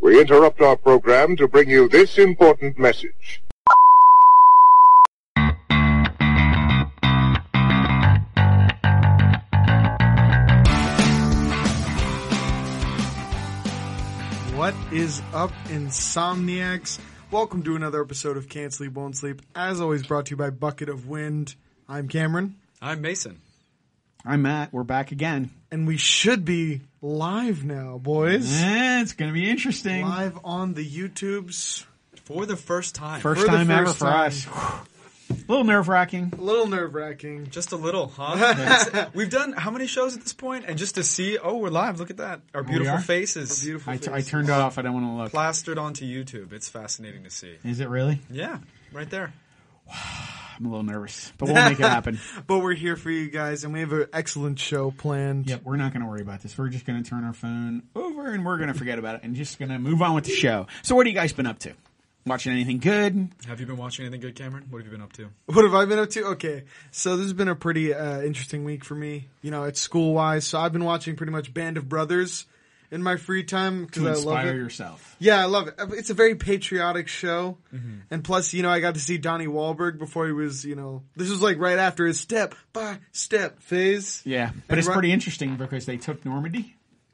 We interrupt our program to bring you this important message. What is up, insomniacs? Welcome to another episode of Can't Sleep, Won't Sleep. As always, brought to you by Bucket of Wind. I'm Cameron, I'm Mason. I'm Matt. We're back again. and we should be live now, boys. Eh, it's going to be interesting. Live on the YouTubes. For the first time. First For the time ever first for time. us. A little nerve wracking. A little nerve wracking. Just a little, huh? We've done how many shows at this point? And just to see, oh, we're live. Look at that. Our beautiful are? faces Beautiful. I, t- I face. turned it off. I don't want to look. plastered onto YouTube. It's fascinating to see. Is it really? Yeah, right there. I'm a little nervous, but we'll make it happen. but we're here for you guys, and we have an excellent show planned. Yep, we're not going to worry about this. We're just going to turn our phone over and we're going to forget about it and just going to move on with the show. So, what have you guys been up to? Watching anything good? Have you been watching anything good, Cameron? What have you been up to? What have I been up to? Okay, so this has been a pretty uh, interesting week for me. You know, it's school wise, so I've been watching pretty much Band of Brothers in my free time because To I love inspire it. yourself. Yeah, I love it. Uh, It's a very patriotic show, Mm-hmm. and plus, you know, I got to see Donnie Wahlberg before he was, you know, this was like right after his step by step phase. Yeah, but And it's Ru- pretty interesting because they took Normandy.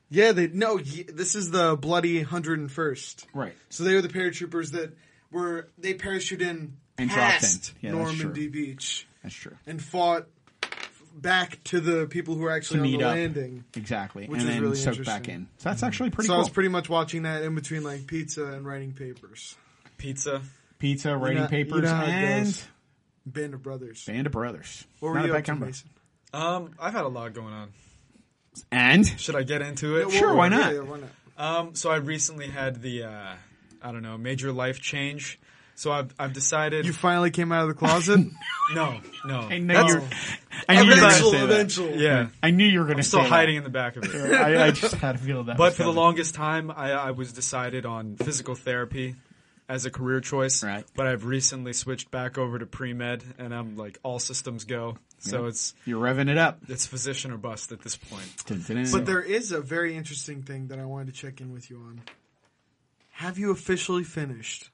Yeah, they no, y- this is the bloody hundred and first. Right. So they were the paratroopers that were they parachuted in And dropped in. past Yeah, that's Normandy true. Beach That's true. and fought back to the people who were actually on meet the up. landing. Exactly. Which and is then really soaked back interesting. in. So, that's actually pretty so I cool. was pretty much watching that in between like pizza and writing papers. Pizza. Pizza, writing know- you papers, know how it and goes. Band of Brothers. Band of Brothers. What were Not a you bad up to, combo. Mason? Um, I've had a lot going on. And Should I get into it? Yeah, Sure, well, why yeah, not? yeah, why not? Um, so I recently had the, uh, I don't know, major life change. So I've I've decided. You finally came out of the closet. no, no. I I'm knew That's- you. were- I knew you were going to eventually, say that. eventually. Yeah. I knew you were going to say still hiding That. in the back of it. I, I just had a feeling that. But was for the coming. longest time, I, I was decided on physical therapy as a career choice. Right. But I've recently switched back over to pre med, and I'm like all systems go. So it's you're revving it up. it's physician or bust at this point. But there is a very interesting thing that I wanted to check in with you on. Have you officially finished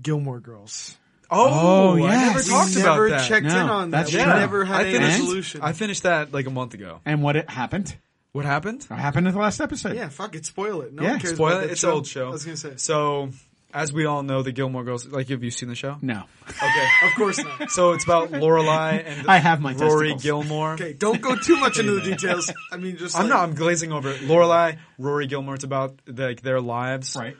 Gilmore Girls? Oh, I yes. never We talked we never about that. checked No, in on that. that's We true. never had I any finished, solution. I finished that like a month ago. and what it happened? What happened? What happened in the last episode? yeah, fuck it. Spoil it. No Yeah, one cares Spoil about it. that It's an old show. I was gonna say. So, as we all know, the Gilmore Girls. Like, have you seen the show? No. Okay. of course not. so it's about Lorelai and I have my Rory testicles. Gilmore. Okay, don't go too much into the details. I mean, just I'm like, not. I'm glazing over it. Lorelai, Rory Gilmore. It's about like their lives. Right.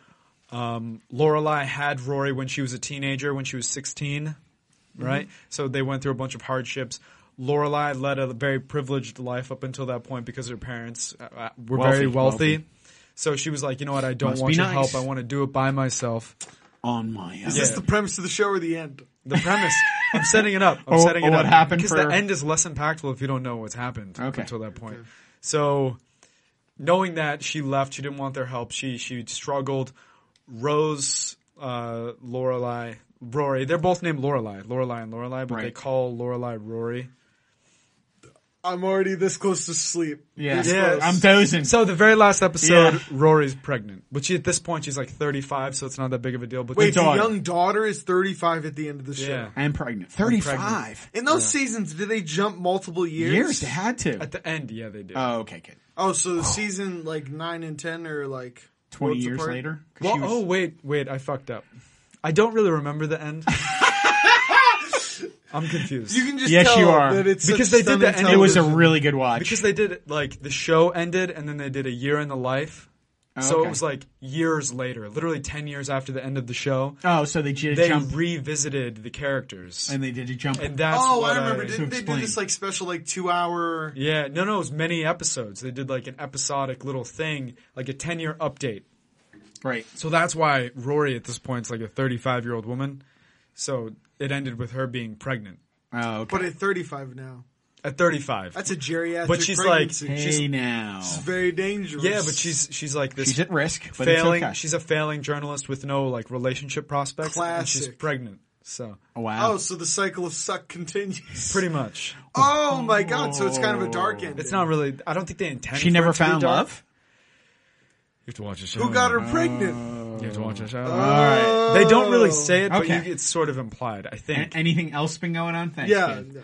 Lorelai had Rory when she was a teenager, when she was 16, Mm-hmm. right? So they went through a bunch of hardships. Lorelai led a very privileged life up until that point because her parents uh, uh, were Wealthy, very wealthy. wealthy. So she was like, you know what? I don't Must want be your nice. help. I want to do it by myself. On my own. Is this the premise of the show or the end? The premise. I'm setting it up. I'm Oh, setting oh, it what up. happened Because for- the end is less impactful if you don't know what's happened up Okay. until that point. So, knowing that she left, she didn't want their help. She she struggled. Rose, uh, Lorelai, Rory. They're both named Lorelai, Lorelai and Lorelai, but they Right. call Lorelai Rory. I'm already this close to sleep. Yeah. This Yeah. close. I'm dozing. So the very last episode, Yeah. Rory's pregnant, which at this point she's like 35, so it's not that big of a deal. But Wait, the daughter. young daughter is 35 at the end of the show. yeah. I'm pregnant. 35. In those seasons, did they jump multiple years? Years. They had to. At the end, yeah, they did. Oh, okay, good. Oh, so the season like nine and ten are like 20 worlds years apart? later. 'Cause well, she was- oh wait, wait, I fucked up. I don't really remember the end. I'm confused. You can just Yes, tell you are. that it's Because such they did stunning that and it was a television. really good watch. because they did it like the show ended and then they did a year in the life Oh, so okay. it was like years later literally 10 years after the end of the show oh, so they did a they jump. revisited the characters and, And they did a jump. that's Oh, what I remember. to Didn't they do explain. this like special like two hour? yeah no no it was many episodes they did like an episodic little thing like a 10 year update right. so that's why rory at this point is like a 35 year old woman so it ended with her being pregnant Oh, okay. But at 35 now, at 35 that's a geriatric. But she's pregnancy. like- hey she's- now. It's very dangerous. yeah but she's she's like this She's at risk, but failing. it's okay. She's a failing journalist with no like relationship prospects, and she's Classic. pregnant. So wow. Oh, so the cycle of suck continues. pretty much, Oh my god! So it's kind of a dark end. it's not really. I don't think they intend. she for never it to be found dark. love? have to watch the show. Who got her Oh. pregnant? You have to watch the show. All Uh, right. they don't really say it, but Okay. you, it's sort of implied. I An- think. anything else been going on? Thanks. Yeah. kid.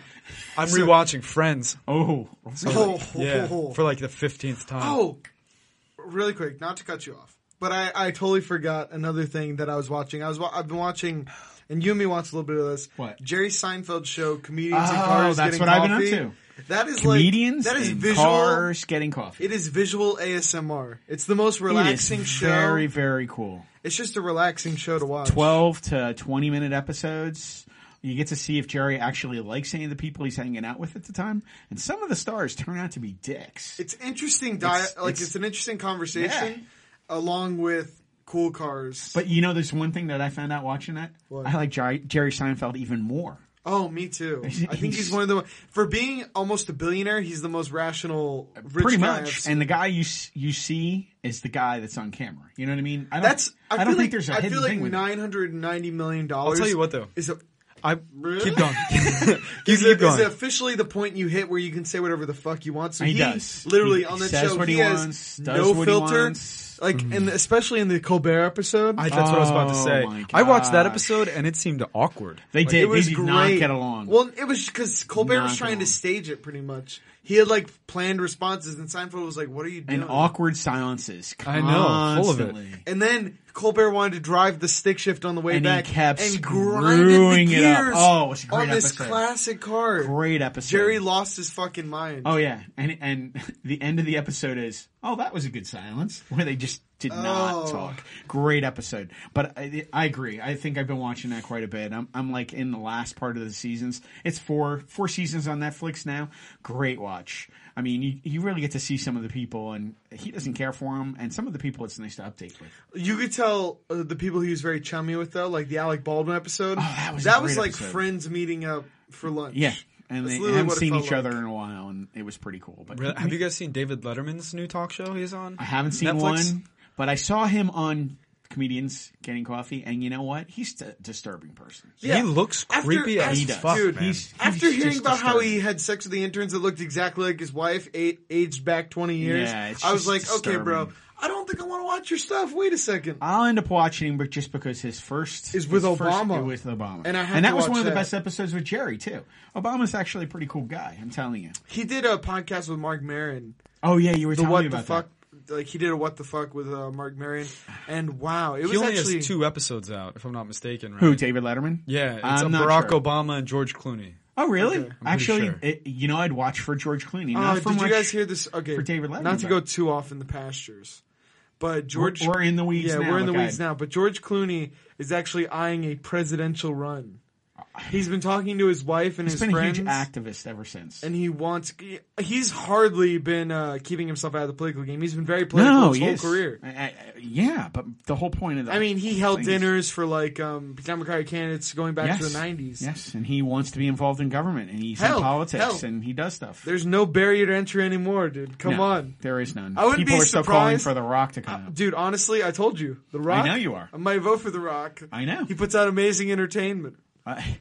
I'm rewatching Friends. Oh. Oh, Yeah, oh, for like the fifteenth time. Um, Oh, really quick, not to cut you off, but I, I totally forgot another thing that I was watching. I was wa- I've been watching, and you and me watched a little bit of this. What? Jerry Seinfeld show? Comedians and Oh, cars that's getting what I've been up coffee. to. That is Comedians like that is and visual. cars getting coffee. It is visual ASMR. It's the most It is relaxing show. very, very cool. It's just a relaxing show to watch. 12 to 20 minute episodes. You get to see if Jerry actually likes any of the people he's hanging out with at the time. And some of the stars turn out to be dicks. It's interesting. Di- It's- like it's- it's, an interesting conversation, along with cool cars. But you know, there's one thing that I found out watching that. What? I like Jerry, Jerry Seinfeld even more. Oh, me too. I think he's one of the for being almost a billionaire. He's the most rational, rich Uh, Pretty guy I've much. seen. And the guy you s- you see is the guy that's on camera. You know what I mean? I don't, that's I, I, feel don't like, think there's a I hidden feel like thing with it. nine hundred ninety million dollars. I'll tell you what, though. is a I Really? keep going. you is, it- keep is going. it officially the point you hit where you can say whatever the fuck you want? So He he, does. literally He on that says show what he, he has wants, does no what he filter. wants. Hmm. Like and especially in the Colbert episode, I, that's what I was about to Oh say. my I watched that gosh. episode and it seemed awkward. They did. it was they did great. not get along. Well, it was because Colbert Not was get trying along. to stage it pretty much. He had like planned responses, and Seinfeld was like, "What are you doing?" and awkward silences. I Constantly. know, full of it. And then Colbert wanted to drive the stick shift on the way And he back kept and grinded screwing the it up. gears Oh, it was a great on this episode. classic car. Great episode. Jerry lost his fucking mind. Oh yeah, and and the end of the episode is oh that was a good silence where they just did not Oh. talk. Great episode, but I, I agree. I think I've been watching that quite a bit. I'm I'm like in the last part of the seasons. It's four four seasons on Netflix now. Great watch. I mean, you, you really get to see some of the people, and he doesn't care for them, and some of the people it's nice to update with. You could tell uh, the people he was very chummy with though, like the Alec Baldwin episode. Oh, that was a great like episode. friends meeting up for lunch. Yeah, and That's they literally haven't what it seen felt each like. other in a while, and it was pretty cool. But Really? Have you guys seen David Letterman's new talk show he's on? I haven't seen Netflix? one, but I saw him on comedians getting coffee, and you know what? He's a disturbing person. Yeah. He looks After- creepy after- as He does. fuck, dude, man. he's- After just hearing about how disturbing. he had sex with the interns that looked exactly like his wife, a- aged back twenty years, Yeah, it's I was just like, okay, disturbing. bro, I don't think I want to watch your stuff. Wait a second. I'll end up watching him, but just because his first Is with his first- Obama. with Obama, And I have that to was watch one of the that. best episodes with Jerry too. Obama's actually a pretty cool guy. I'm telling you. He did a podcast with Mark Maron. Oh yeah, you were the telling me what the about fuck like he did a what the fuck with uh, Mark Marion and wow it He was only actually has two episodes out, if I'm not mistaken. Right? that. Who David Letterman? Yeah, it's I'm uh, not Barack sure. Obama and George Clooney. Oh really? pretty actually, sure. it, you know, I'd watch for George Clooney. Oh, not did for you much- guys hear this okay for David Letterman, not to go though. too off in the pastures but George we're in the weeds yeah now, we're in the look, weeds I- now but George Clooney is actually eyeing a presidential run he's been talking to his wife and He's his been friends a huge activist ever since. and he wants he's hardly been uh, keeping himself out of the political game he's been very political no, his he whole is. career I- I- yeah, but the whole point of that. I mean, he held thing is- dinners for like um, Democratic candidates going back to the '90s. Yes, and he wants to be involved in government, and he's Hell, in politics, hell. and he does stuff. There's no barrier to entry anymore, dude. Come No, on. there is none. I wouldn't People be are still calling surprised. Uh, for The Rock to come out. Dude, honestly, I told you. The Rock. know you are. I might vote for The Rock. I know. He puts out amazing entertainment. I,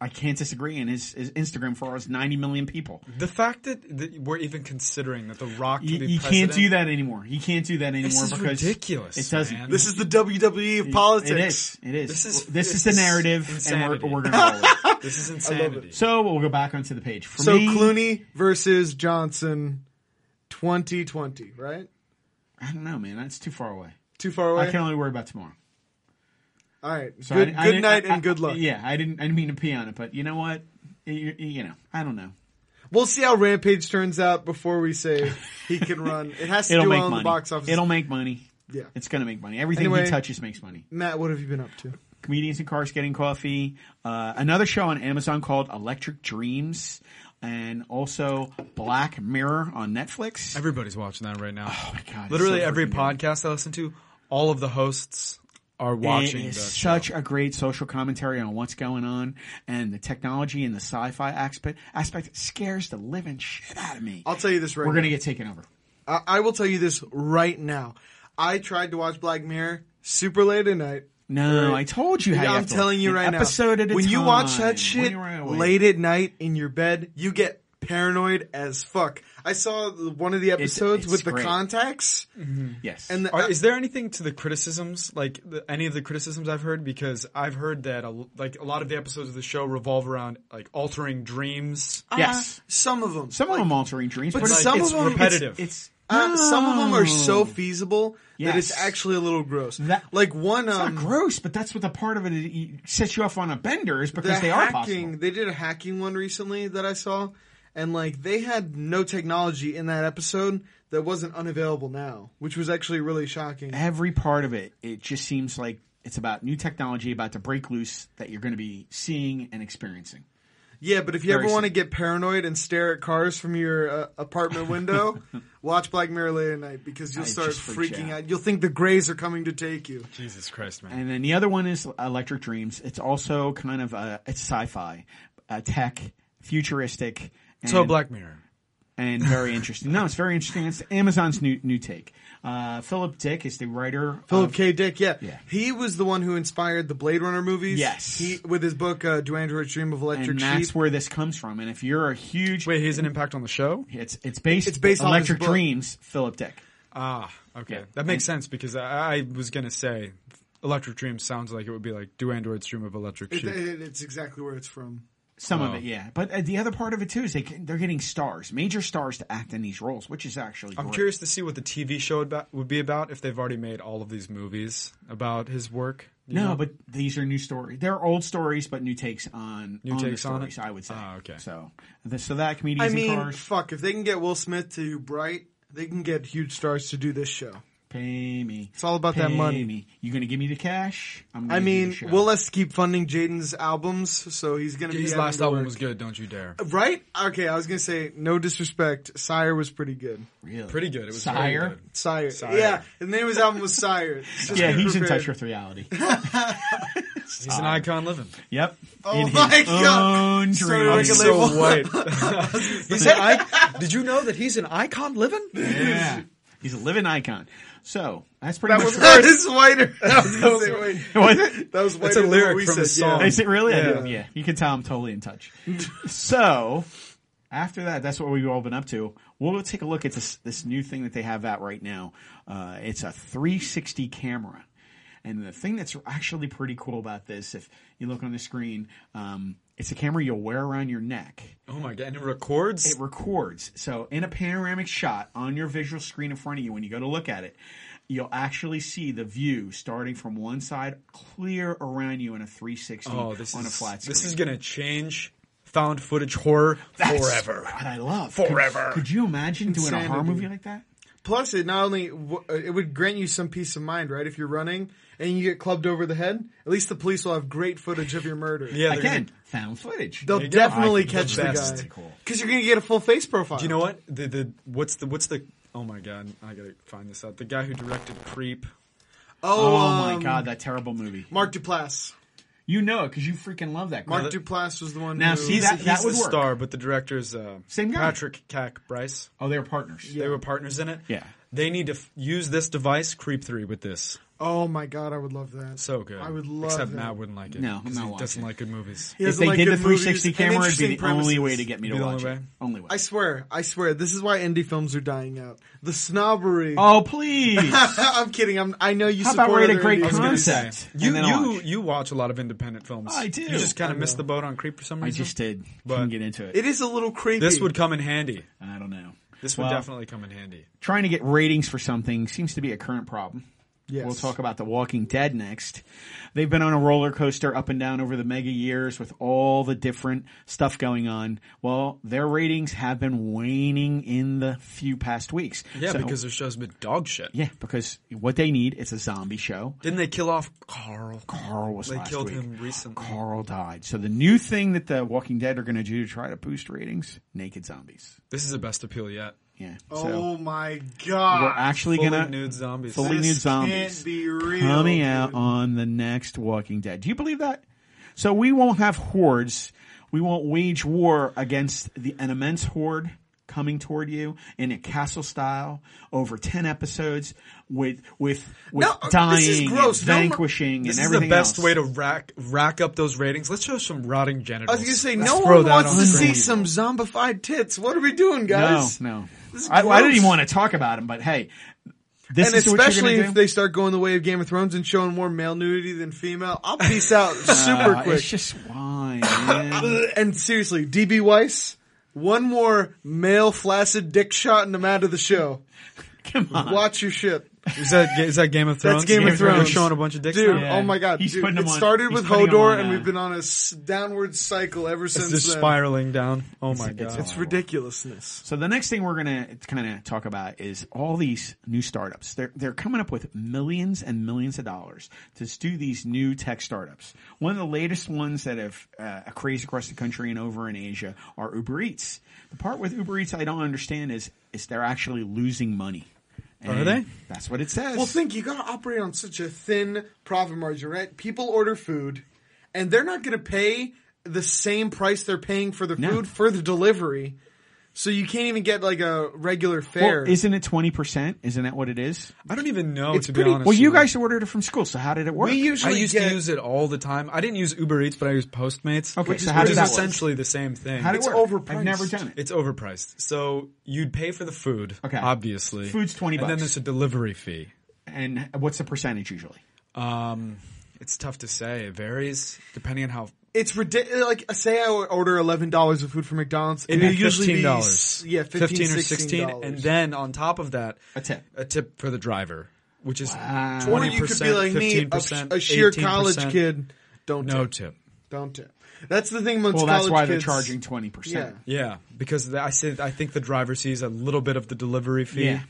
I can't disagree. And his, his Instagram followers is 90 million people. The fact that, that we're even considering that The Rock could You, be you can't president- do that anymore. You can't do that anymore This is because ridiculous. It doesn't. man. This is the WWE of politics. It is. It is. This is- this is this the is narrative, and insanity. we're, we're going to roll with it. this is insanity. So we'll go back onto the page. For So me, Clooney versus Johnson 2020, right? I don't know, man. That's too far away. Too far away? I can only worry about tomorrow. All right. So good I- I good didn't- night I- and good luck. Yeah, I didn't. I didn't mean to pee on it, but you know what? You, you know, I don't know. We'll see how Rampage turns out before we say he can run. It has to It'll do make well in money. the box office. It'll make money. Yeah. It's gonna make money. Everything he Anyway. touches makes money. Matt, what have you been up to? Comedians in Cars Getting Coffee. Uh, another show on Amazon called Electric Dreams, and also Black Mirror on Netflix. Everybody's watching that right now. Oh my God, it's Literally so every freaking good. podcast I listen to, all of the hosts are watching It is that show. such a great social commentary on what's going on, and the technology and the sci-fi aspect aspect scares the living shit out of me. I'll tell you this right We're now. gonna get taken over. I, I will tell you this right now. I tried to watch Black Mirror super late at night. No, Right. I told you how you I'm have to- telling you an right now. episode At a when you watch time, that shit when you're awake. late at night in your bed, you get paranoid as fuck. I saw the- one of the episodes it's with the great. contacts, Yes. and the, Are, is there anything to the criticisms, like the, any of the criticisms I've heard? Because I've heard that a, like a lot of the episodes of the show revolve around like altering dreams. yes. uh, some of them, Some of them altering dreams, but, uh-huh. But it's- some it's, of them- repetitive. It's, Uh, Some of them are so No. feasible that it's Yes. actually a little gross. That- like one, It's not um, gross, but that's what the part of it that sets you off on a bender is the because they are hacking. possible. They did a hacking one recently that I saw, and like they had no technology in that episode that wasn't unavailable now, which was actually really shocking. Every part of it, it just seems like it's about new technology about to break loose that you're going to be seeing and experiencing. Yeah, but if you Very ever want to sim- get paranoid and stare at cars from your uh, apartment window, watch Black Mirror late at night because you'll I start just freaked freaking out. out. You'll think the Greys are coming to take you. Jesus Christ, man! And then the other one is Electric Dreams. It's also kind of uh, it's sci-fi, uh, tech, futuristic. And, So Black Mirror. and very interesting. No, it's very interesting. It's Amazon's new new take. Uh, Philip Dick is the writer. Philip of, K. Dick, yeah. Yeah. he was the one who inspired the Blade Runner movies. Yes. he with his book uh, "Do Androids Dream of Electric and that's Sheep"? where this comes from. And if you're a huge, Wait, here's an impact on the show. it's it's based It's based on his Electric book. Dreams. Philip Dick. Ah, okay, that makes sense because I, I was gonna say Electric Dream sounds like it would be like Do Androids Dream of Electric It- Sheep? it- it's exactly where it's from. Some of Oh. it, yeah, but uh, the other part of it too is they can- they're getting stars, major stars to act in these roles, which is actually. I'm great. curious to see what the TV show would ba- would be about if they've already made all of these movies about his work. you No, know? but these are new stories. They're old stories, but new takes on new takes on it? stories. I would say. Ah, okay. So, the, so that comedians I mean, in cars fuck, if they can get Will Smith to do Bright, they can get huge stars to do this show. pay me. It's all about that money. Me. You gonna give me the cash? I'm gonna I do mean, the show. Will has to keep funding Jaden's albums, so he's gonna be his having last to album work- was good. Uh, Don't you dare! Right? Okay, I was gonna say, no disrespect, Sire was pretty good. Really? Pretty good. It was very Sire. good. Sire. Yeah, the name of his album was Sire. It's just Yeah, be he's in prepared. touch with reality. He's an icon living. yep. Oh in my his God. Own Sorry, dreams. I'm Like a so label. white. he's an icon. Did you know that he's an icon living? yeah. He's a living icon. So that's pretty That much. was that is whiter. That was, gonna say, wait, Was it? that was whiter a than lyric what we from said, his song. yeah. Is it really? I Yeah. didn't- Yeah. You can tell I'm totally in touch. so after that, that's what we've all been up to. We'll take a look at this, this new thing that they have out right now. Uh, it's a 360 camera. And the thing that's actually pretty cool about this, if you look on the screen, um, it's a camera you'll wear around your neck. Oh my god! And it records. It records. So in a panoramic shot on your visual screen in front of you, when you go to look at it, you'll actually see the view starting from one side clear around you in a 360 oh, this on is a flat screen. this is gonna change found footage horror That's forever. What I love Forever. Could, could you imagine doing a horror Insanity. movie like that? Plus, it not only w- uh, it would grant you some peace of mind, right? If you're running and you get clubbed over the head, at least the police will have great footage of your murder. Yeah, they're Again, found footage. they'll you go. definitely I think catch the that's guy pretty cool. because you're gonna get a full face profile. Do you know what? The the what's the what's the oh my god, I gotta find this out. The guy who directed Creep. Oh, oh um, my god, that terrible movie. Mark Duplass. You know it because you freaking love that. Mark crap. Duplass was the one. Now, who, see He's, that- he's that the would work. star, but the director's uh, Same guy. Patrick Cack Bryce. oh, they were partners. They were partners in it. Yeah. They need to f- use this device, Creep Three, with this. Oh my god, I would love that. So good. I would love Except that. Matt wouldn't like it. No, I'm 'cause not he watching doesn't it. like good movies. He If doesn't they like did the good movies 360 and camera, it'd be the interesting only premises. way to get me to Be the watch only it. way. Only way. I swear, I swear, this is why indie films are dying out. The snobbery. oh please! I'm kidding. I'm, I know you How about support rate a other great indie I was gonna films. concept? say, And You then I'll you watch. you watch a lot of independent films. I do. You just kind of missed the boat on Creep for some I reason. just did. But- Couldn't get into it. It is a little creepy. This would come in handy. I don't know. This would Well, definitely come in handy. trying to get ratings for something seems to be a current problem. Yes. We'll talk about The Walking Dead next. They've been on a roller coaster up and down over the mega years with all the different stuff going on. Well, their ratings have been waning in the few past weeks. Yeah, So- because their show's been dog shit. yeah, because what they need is a zombie show. Didn't they kill off Carl? Carl was They last killed week. him recently. Carl died. So the new thing that The Walking Dead are going to do to try to boost ratings: naked zombies. This is the best appeal yet. Yeah. so Oh my we're god. actually Fully going to nude zombies. fully This nude zombies can't be real, coming dude. out on the next Walking Dead. Do you believe that? So we won't have hordes. We won't wage war against the an immense horde coming toward you in a castle style over ten episodes with with with No, dying, this is gross. and No, no. vanquishing, This and is the everything. best else. way to rack rack up those ratings. Let's show some rotting genitals. I was gonna say, Let's no throw one that wants on to see screen. some zombified tits. What are we doing, No, guys? no. is I, I didn't gross. even want to talk about him, but hey, this And is what you're especially gonna if do? they start going the way of Game of Thrones and showing more male nudity than female, I'll peace out super Uh, quick. Uh, It's just wine. man. and seriously, DB Weiss, one more male flaccid dick shot and I'm out of the show. Come on. Watch your shit. Is that is that Game of That's Thrones? Game of Thrones. We're showing a bunch of dicks. Dude, now? oh my god. He's dude, putting it 'em on- started he's with putting 'em Hodor on, and uh, we've been on a s- downward cycle ever It's since just then. spiraling down. Oh my god. It's ridiculousness. So the next thing we're gonna kind of talk about is all these new startups. They're they're coming up with millions and millions of dollars to do these new tech startups. One of the latest ones that have uh, crazed across the country and over in Asia are Uber Eats. The part with Uber Eats I don't understand is is they're actually losing money. Are And they? That's what it says. Well, think you got to operate on such a thin profit margin, right? People order food, and they're not going to pay the same price they're paying for the No. food for the delivery. So you can't even get like a regular fare. Well, isn't it twenty percent? Isn't that what it is? I don't even know It's to pretty- be honest. Well, you with guys ordered it from school, so how did it work? we I usually used get to use it all the time. I didn't use Uber Eats, but I used Postmates, Okay, which so is, how which did is that work? essentially the same thing. how did it's it work? overpriced. I've never done it. It's overpriced. So you'd pay for the food, Okay. obviously. Food's 20 And then bucks. there's a delivery fee. And what's the percentage usually? Um, it's tough to say. It varies depending on how. it's ridiculous. Like say I order eleven dollars of food from McDonald's, It'd it'll be usually fifteen be dollars. s- yeah, fifteen, or sixteen, and then on top of that, A tip. a tip for the driver, which is Wow. or twenty you could be percent, like me, fifteen a, sh- percent, a sheer college kid. Don't No tip. tip. Don't tip. That's the thing amongst Well, that's college why they're kids. charging twenty percent. Yeah. Yeah, because the, I said I think the driver sees a little bit of the delivery fee. Yeah.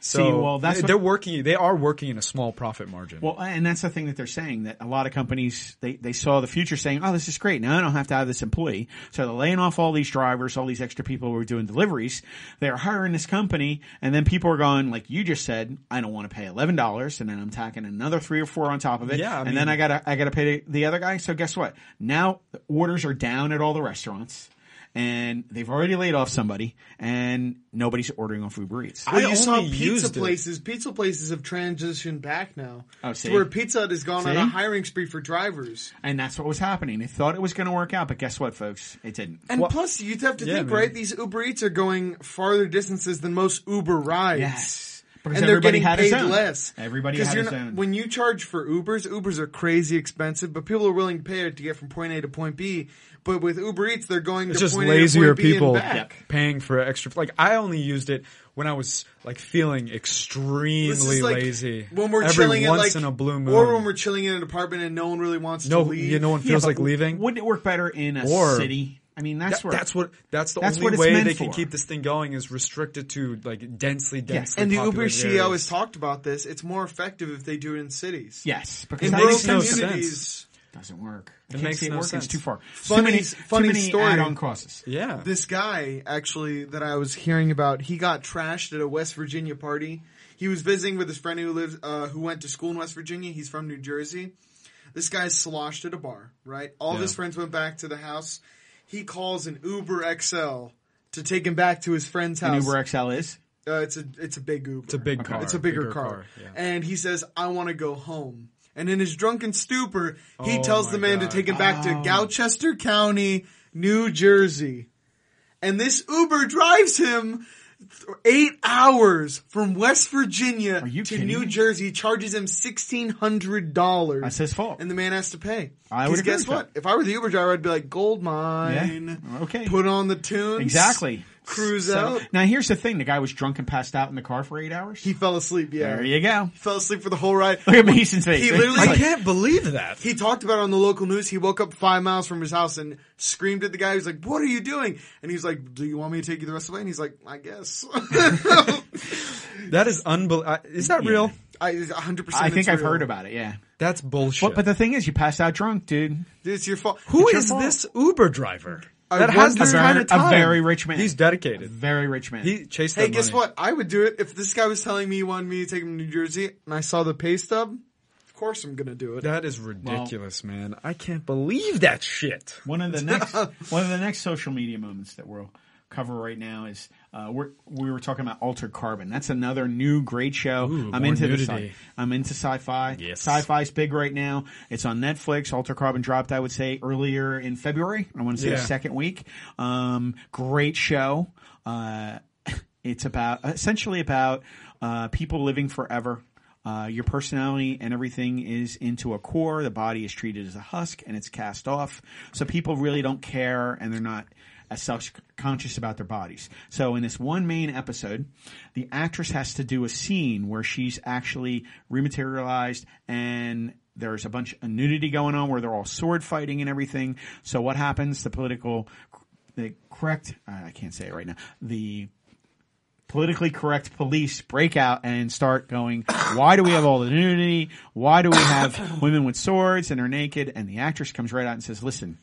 So See, well, that's they- what- they're working. They are working in a small profit margin. Well, and that's the thing that they're saying that a lot of companies they, they saw the future saying, "Oh, this is great. Now I don't have to have this employee." So they're laying off all these drivers, all these extra people who are doing deliveries. They're hiring this company, and then people are going, like you just said, "I don't want to pay eleven dollars," and then I'm tacking another three or four on top of it. Yeah, I and then mean- I gotta I gotta pay the other guy. So guess what? Now the orders are down at all the restaurants. And they've already laid off somebody, and nobody's ordering off Uber Eats. Well, I you saw only pizza used it. places. Pizza places have transitioned back now. Oh, to see? where Pizza Hut has gone on See? a hiring spree for drivers. And that's what was happening. They thought it was going to work out, but guess what, folks? It didn't. And plus, you'd have to yeah, think, man. right? These Uber Eats are going farther distances than most Uber rides. Yes. Because and they're everybody getting had his paid own. less. Everybody 'Cause had you're his not- own. When you charge for Ubers, Ubers are crazy expensive, but people are willing to pay it to get from point A to point B. But with Uber Eats, they're going it's to just point lazier A to point B and people back. paying for extra. Like I only used it when I was like feeling extremely This is like lazy. when we're Every chilling once at like, in a blue moon, or when we're chilling in an apartment and no one really wants no, to leave. you no one feels Yeah, like but leaving. Wouldn't it work better in a Or- city? I mean, that's That- where that's what. That's the That's what only it's way meant they can for. keep this thing going is restrict it to like densely, densely. And the Uber populated CEO areas. has talked about this. It's more effective if they do it in cities. Yes, because In that rural makes no sense. communities, doesn't work. I It can't makes see it no working. sense. It's too far. Funny- too many, funny too many story. add-on costs. Yeah. this guy actually that I was hearing about, he got trashed at a West Virginia party. He was visiting with his friend who lives, uh, who went to school in West Virginia. He's from New Jersey. This guy sloshed at a bar, right? All of his Yeah. friends went back to the house. He calls an Uber XL to take him back to his friend's An house. Uber XL is. Uh, it's a it's a big Uber. It's a big car. It's a bigger, Bigger car. car, yeah. And he says, "I want to go home." And in his drunken stupor, he Oh tells the my man God. to take him back to Gloucester County, New Jersey. And this Uber drives him th- eight hours from West Virginia you to kidding New me? Jersey. Charges him sixteen hundred dollars. That's his fault. And the man has to pay. I would 'Cause agree guess with what? If I were the Uber driver, I'd be like, "Gold mine." Yeah. Okay. Put on the tunes. Exactly. Cruise So, out. now here's the thing: the guy was drunk and passed out in the car for eight hours. He fell asleep. Yeah. there you go. fell asleep for the whole ride. Look at Mason's face. He literally- It's I like, can't believe that. He talked about it on the local news. He woke up five miles from his house and screamed at the guy. He's like, "What are you doing?" And he's like, "Do you want me to take you the rest of the way?" And he's like, "I guess." That is unbelievable. Is that real? I 100. percent I think I've heard about it. Yeah. That's bullshit. But, but the thing is, you passed out drunk, dude. It's your fault. Who It's your is fault. this Uber driver I that has wonder- this A very- kind of a time? very rich man. He's dedicated. Very rich man. He chased. Hey, that guess money. what? I would do it if this guy was telling me he wanted me to take him to New Jersey, and I saw the pay stub. Of course, I'm gonna do it. That is ridiculous, man. I can't believe that shit. One of the next one of the next social media moments that we'll cover right now is Uh, we're, we were talking about Altered Carbon. That's another new great show. Ooh, I'm more into the nudity. sci- I'm into sci-fi. Yes. Sci-fi's big right now. It's on Netflix. Altered Carbon dropped, I would say, earlier in February. I want to say Yeah. the second week. Um, great show. Uh, it's about essentially about uh, people living forever. Uh, your personality and everything is into a core. The body is treated as a husk and it's cast off. So people really don't care and they're not as self-conscious about their bodies. So in this one main episode, the actress has to do a scene where she's actually rematerialized and there's a bunch of nudity going on where they're all sword fighting and everything. So what happens? The political, the correct, I can't say it right now, the politically correct police break out and start going, why do we have all the nudity? Why do we have women with swords and are naked? And the actress comes right out and says, listen,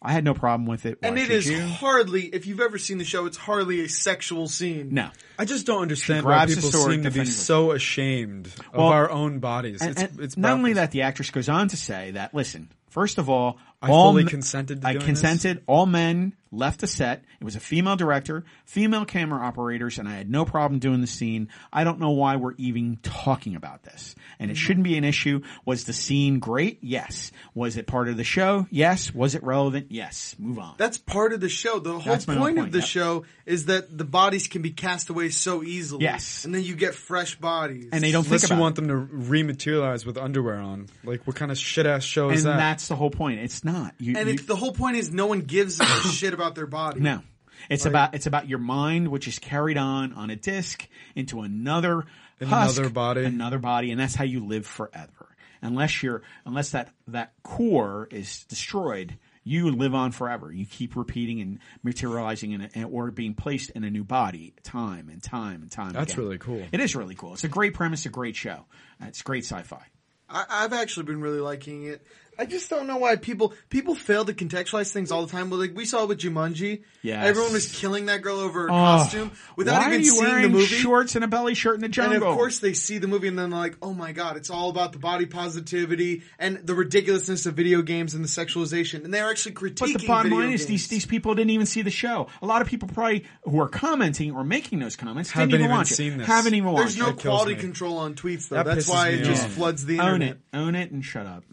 I had no problem with it. Why And it should is you? hardly, if you've ever seen the show, it's hardly a sexual scene. No. I just don't understand why grabs a people sword seem to be defensively. so ashamed of Well, our own bodies. And- it's and it's not only baffles- that, the actress goes on to say that, listen, first of all, I fully consented to I doing consented. All men left the set. It was a female director, female camera operators, and I had no problem doing the scene. I don't know why we're even talking about this. Mm-hmm. And it shouldn't be an issue. Was the scene great? Yes. Was it part of the show? Yes. Was it relevant? Yes. Move on. That's part of the show. The whole That's my point, point, of the yep. show is that the bodies can be cast away so easily. Yes. And then you get fresh bodies. and they don't Unless think you about it. want them to rematerialize with underwear on. Like, what kind of shit ass show And is that? that's the whole point. It's not. You, And you- it's, the whole point is no one gives a shit about their body. No. It's about it's about your mind, which is carried on on a disc into another husk, Another body. another body, and that's how you live forever. Unless you're unless that that core is destroyed, you live on forever. You keep repeating and materializing in a, and- or being placed in a new body, time and time and time. That's again. really cool. It is really cool. It's a great premise, a great show. It's great sci-fi. I, I've actually been really liking it. I just don't know why people people fail to contextualize things all the time. Like we saw with Jumanji, Yes. everyone was killing that girl over her costume without Why even are you seeing wearing the movie. shorts and a belly shirt in the and jungle? of course, they see the movie and then they're like, "Oh my god, it's all about the body positivity and the ridiculousness of video games and the sexualization." And they're actually critiquing. But the bottom video line games. is these these people didn't even see the show. A lot of people probably who are commenting or making those comments Haven't didn't even even watch seen it. this. Haven't even watched There's no it. kills quality me. control on tweets though. That That's pisses why me it just off. floods the internet. Own it, own it, and shut up.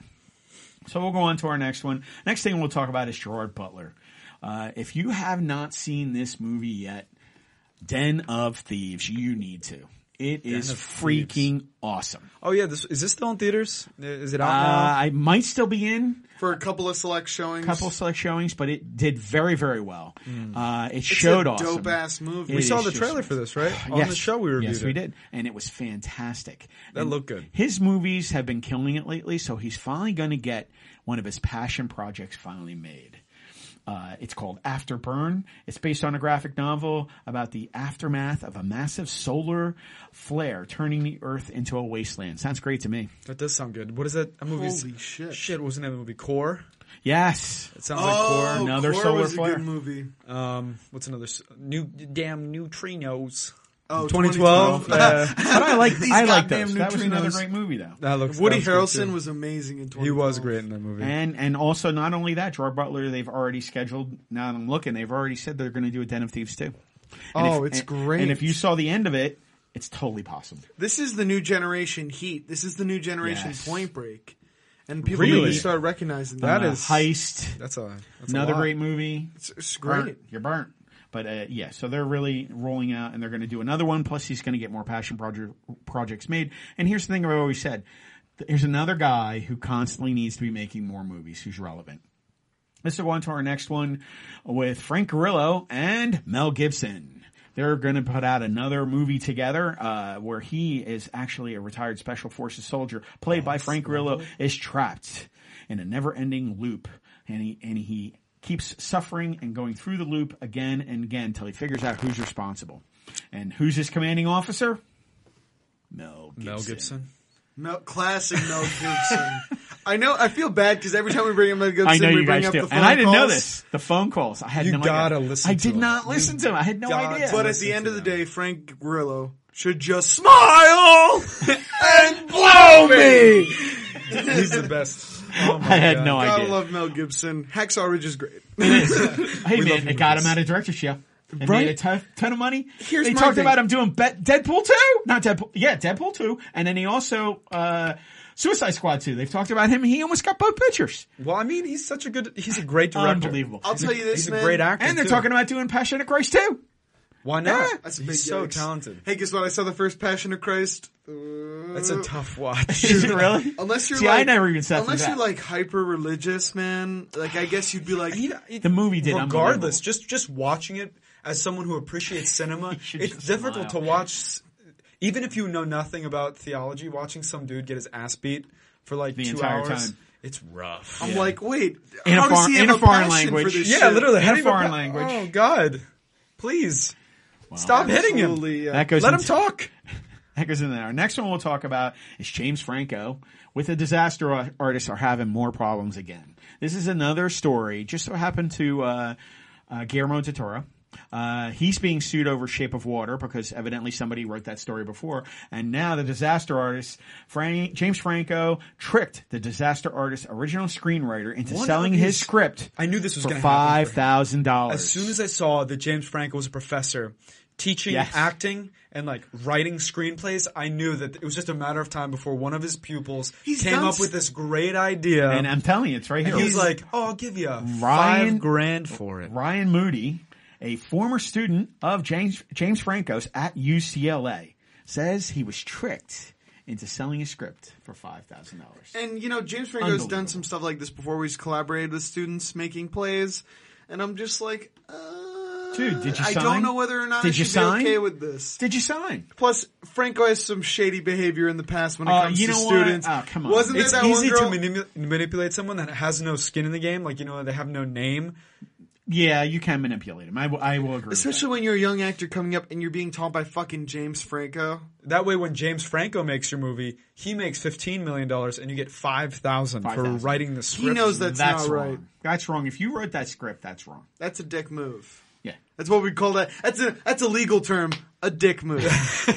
So we'll go on to our next one. Next thing we'll talk about is Gerard Butler. Uh, if you have not seen this movie yet, Den of Thieves, you need to. It is of freaking Thieves. awesome. oh yeah, this is this still in theaters? Is it Uh, out Uh-huh. now? I might still be in for a couple of select showings. a couple select showings, but it did very, very well. Uh, it Hmm. It's showed a awesome. dope ass movie. We We saw it's the just- trailer for this, right? On the show we reviewed Yes, we it. did, and it was fantastic. That And looked good. His movies have been killing it lately, so he's finally going to get one of his passion projects finally made. Uh, it's called Afterburn. It's based on a graphic novel about the aftermath of a massive solar flare turning the Earth into a wasteland. Sounds great to me. That does sound good. What is that? A movie? Holy shit. Shit, wasn't that movie Core? Yes. It sounds Oh, like another Core solar was a flare. good movie. Core. Um, what's another s- new damn neutrinos? Oh, 2012. 2012. Yeah. But I like These I like goddamn those. That was another neutrinos. great movie, though. that looks. Woody that looks good, Harrelson too. was amazing in 2012. He was great in that movie. And and also not only that, Gerard Butler, they've already scheduled. Now that I'm looking, they've already said they're going to do a Den of Thieves too. And Oh, it's and- great. And if you saw the end of it, it's totally possible. This is the new generation Heat. This is the new generation Yes. Point Break. And people Really? need to start recognizing that. That That is is- heist. that's a that's Another a lot. great movie. It's, it's Burnt. great. You're burnt. But uh, yeah, so they're really rolling out, and they're going to do another one. Plus, he's going to get more passion project, projects made. And here's the thing I've always said: there's another guy who constantly needs to be making more movies who's relevant. Let's go on to our next one with Frank Grillo and Mel Gibson. They're going to put out another movie together uh, where he is actually a retired Special Forces soldier, played by Frank Grillo, is trapped in a never-ending loop, and he and he keeps suffering and going through the loop again and again until he figures out who's responsible, and who's his commanding officer? Mel Gibson. Mel Gibson. Mel, classic Mel Gibson. I know. I feel bad because every time we bring up Mel Gibson, I know we you bring guys up do, the phone and I didn't know calls. this. The phone calls, I had You no gotta idea. listen I to did them. not listen to him. I had no gotta- idea. But at Listen the to end of the them. day, Frank Grillo should just smile and blow me. He's the best. Oh my I had God. no Gotta idea. love Mel Gibson. Hacksaw Ridge is great. Hey love man, him it got with him this. out of director's show. They Right. made a ton, ton of money. Here's they my talked thing. about him doing Bet Deadpool 2? Not Deadpool. Yeah, Deadpool 2. And then he also, uh, Suicide Squad 2. They've talked about him. He almost got both pictures. Well, I mean, he's such a good. He's a great director. Unbelievable. I'll He's a- tell you this, he's man. a great actor. and they're too. talking about doing Passion of Christ 2. Why not? Yeah. That's a he's big so yikes. talented. Hey, guess what? I saw the first Passion of Christ. Uh, That's a tough watch. Is it really? Unless you're See, like, I never even sat through unless that. you're like hyper religious, man. Like I guess you'd be like, He- he- The movie did regardless. unbelievable. Just just watching it as someone who appreciates cinema, should it's just difficult smile. to watch. s- Even if you know nothing about theology, watching some dude get his ass beat for like The two entire hours, time. it's rough. I'm like, wait, In a how does foreign- he have in a foreign passion language. For this yeah, shit? literally. how In do you foreign go- language. Oh God, please stop hitting him. Absolutely, uh, yeah. That goes Let him into- talk. That goes in there. Our next one we'll talk about is James Franco. With the disaster ar- artists are having more problems again. This is another story. Just so happened to uh, uh, Guillermo del Toro. Uh, he's being sued over Shape of Water because evidently somebody wrote that story before, and now the disaster artist Fran- James Franco tricked the disaster artist original screenwriter into One selling of his these- script. I knew this was for gonna happen five for him. thousand dollars. As soon as I saw that James Franco was a professor teaching Yes. acting and like writing screenplays, I knew that it was just a matter of time before one of his pupils He's came done up s- with this great idea. and I'm telling you, it's right here. he's, like, "Oh, I'll give you Ryan- five grand for it." Ryan Moody, a former student of James James Franco's at UCLA, says he was tricked into selling a script for five thousand dollars. And you know, James Franco's done Unbelievable. some stuff like this before. Where he's collaborated with students making plays, and I'm just like, uh, Dude, did you I sign? don't know whether or not I Did you should sign? be okay with this. Did you sign? Plus, Franco has some shady behavior in the past when it Uh, comes you to know what? students. Oh, come on. Wasn't It's there that easy one to girl? manipu- manipulate someone that has no skin in the game, like you know they have no name. Yeah, you can manipulate him. I, will- I will agree. with Especially when you're a young actor coming up and you're being taught by fucking James Franco. That way, when James Franco makes your movie, he makes fifteen million dollars, and you get five thousand for 5,000. writing the script. knows that. that- That's not wrong. right. That's wrong. If you wrote that script, that's wrong. That's a dick move. Yeah. That's what we call that. That's a that's a legal term. A dick move.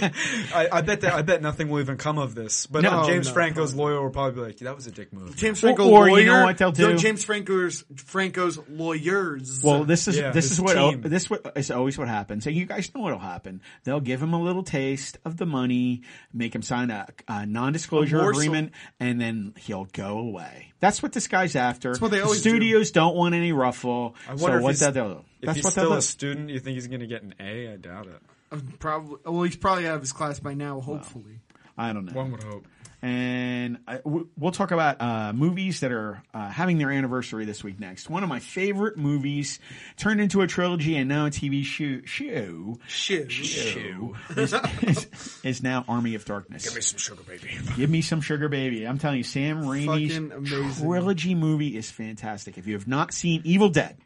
I, I bet that I bet nothing will even come of this. But No, uh, James no, Franco's lawyer will probably be like, "That was a dick move." James Franco Or- or lawyer. you know what they'll No, do? James Franco's Franco's lawyers. Well, this is Yeah, this his is what o- team. this what is always what happens. And you guys know what'll happen. They'll give him a little taste of the money, make him sign a, a A non-disclosure morsel. agreement, and then he'll go away. That's what this guy's after. That's what they always do. Studios do. not want any ruffle. I wonder so if what he's, that they'll do. if That's he's what still they'll a do. student. You think he's going to get an A? I doubt it. Um, probably. Well, he's probably out of his class by now. Hopefully, I don't know. One would hope. and I, w- we'll talk about uh, movies that are uh, having their anniversary this week next. One of my favorite movies turned into a trilogy and now a TV show, show, shit. show is, is, is now Army of Darkness. Give me, some sugar, baby. some sugar, baby. I'm telling you, Sam Fucking Raimi's amazing. trilogy movie is fantastic. If you have not seen Evil Dead,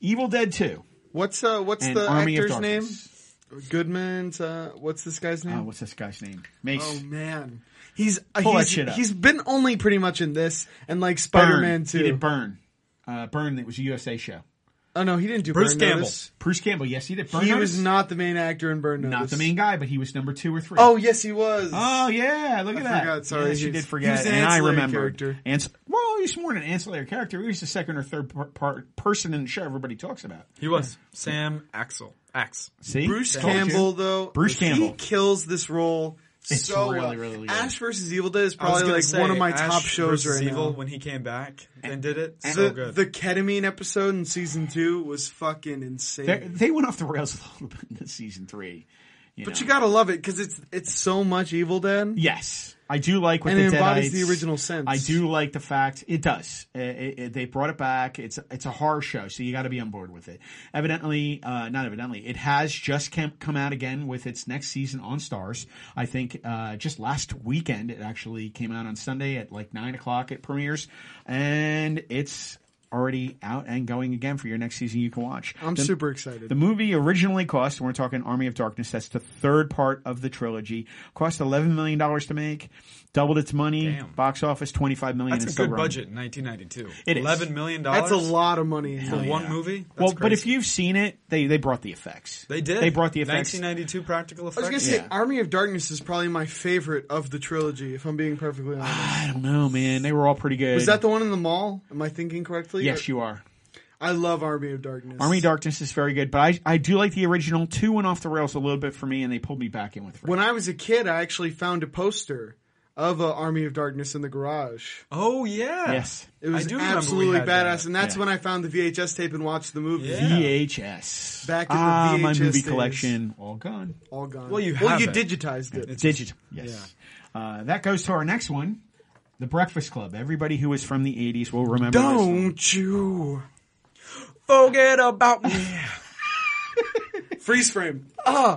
Evil Dead Two, What's uh? What's and the Army actor's of name? Darkness. Goodman's. Uh, what's this guy's Uh, name? what's this guy's name? Mace. oh man, he's uh, Pull that he's, shit up. he's been only pretty much in this and like Burn. Spider Man He too. did Burn. Uh, Burn. That was a USA show. Oh no, he didn't do Bruce Burn Campbell. Notice. Bruce Campbell, yes, he did. Burn He Notice? was not the main actor in Burn Notice. not the main guy, but he was number two or three. Oh yes, he was. Oh, yeah, look at that. forgot, sorry, yes, you he's- did forget, he was an and I ancillary remembered. character. Ans- well, he's more than an ancillary character. He was the second or third par- par- person in the show everybody talks about. He was Sam Axel Axe. See, Bruce Told you. Campbell though. Bruce He Campbell. kills this role It's so really, well. really good. Ash versus Evil Dead is I was probably gonna like say, one of my Ash top shows versus right Evil now. when he came back and did it, so the, Oh, good. the ketamine episode in season two was fucking insane. They, they went off the rails a little bit in the season three. but know. you gotta love it because it's it's so much Evil Dead. Yes, I do like what And the it embodies Deadites- the original sense. I do like the fact it does. It- it- it- they brought it back. It's it's a horror show, so you got to be on board with it. Evidently, uh, not evidently, it has just cam- come out again with its next season on Stars. I think uh, just last weekend it actually came out on Sunday at like nine o'clock. It premieres, and it's already out and going again for your next season. You can watch. I'm The- super excited. the movie originally cost, and we're talking Army of Darkness, that's the third part of the trilogy, cost $11 million to make, doubled its money, Damn. box office $25 million. That's and a still good growing. budget in 1992. It is. Eleven million That's dollars. a lot of money. for one movie. That's well, but crazy. if you've seen it, they, they brought the effects. they did, They brought the effects. 1992 practical I was effects. gonna say Yeah. Army of Darkness is probably my favorite of the trilogy. If I'm being perfectly honest, Ah, I don't know, man. They were all pretty good. is that the one in the mall? Am I thinking correctly? Yes, you are. I love Army of Darkness. Army of Darkness is very good, but I I do like the original. Two went off the rails a little bit for me, and they pulled me back in with. Fred. When I was a kid, I actually found a poster of uh, Army of Darkness in the garage. Oh yeah. Yes. It was I do remember we absolutely badass, had that. and that's Yeah. when I found the VHS tape and watched the movie. Yeah. VHS. Back in the ah, my VHS movie days. collection, all gone. All gone. Well, you well, have you it. digitized it. Digital. Yes. Uh, that goes to our next one, The Breakfast Club. Everybody who is from the '80s will remember. this one. Don't you Forget about me. Ah, freeze frame?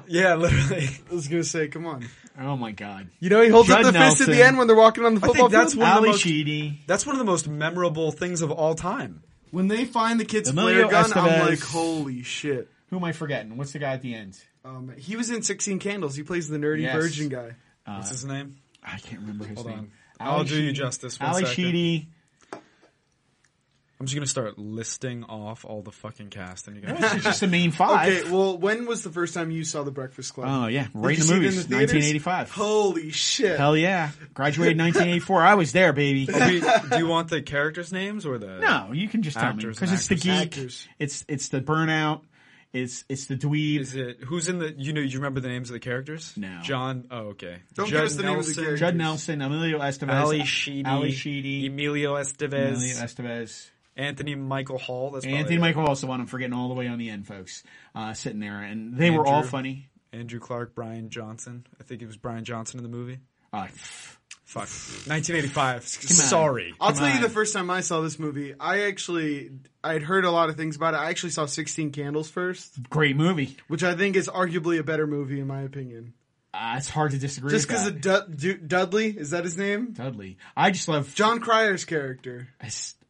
yeah, literally. I was gonna say, come on. Oh my God. You know he holds Judd up the fist at Nelson. the end when they're walking on the football that's field. One of the Ali most- Sheedy. That's one of the most memorable things of all time. When they find the kid's Emilio flare gun, Estevez. I'm like, holy shit. Who am I forgetting? What's the guy at the end? Um, he was in 16 Candles. He plays the nerdy Yes. virgin guy. What's his name? I can't remember his Hold name. on. Uh, Ali I'll do Sheedy. you justice. One Ali second. Sheedy. I'm just gonna start listing off all the fucking cast, and you're gonna. This is just the main five. Okay, well, when was the first time you saw The Breakfast Club? Oh yeah, Did right you in see the it movies, theaters? 1985. Holy shit. Hell yeah, graduated 1984. I was there, baby. do, you, do you want the characters' names or the? No, you can just tell me Actors because and it's the geek. actresses. It's it's the burnout. It's it's the dweeb. Is it who's in the? You know, you remember the names of the characters? No. John. Oh, okay. Don't Judd give us the name of the Nelson, character. Judd Nelson, Emilio Estevez, Ali Sheedy. Ali Sheedy, Emilio Estevez. Emilio Estevez, Anthony Michael Hall. Oh, That's probably Anthony it. Michael Hall's the one I'm forgetting all the way on the end, folks. Uh, sitting there, and they were all Andrew. funny. Andrew Clark. Brian Johnson. I think it was Brian Johnson in the movie. Uh, pff, Fuck. 1985. Sorry. I'll tell on. you the first time I saw this movie, I actually, I'd heard a lot of things about it. I actually saw 16 Candles first, great movie. which I think is arguably a better movie in my opinion. Uh, it's hard to disagree. Just because because of Dud Du- Dudley, is that his name? Dudley, I just love. John Cryer's character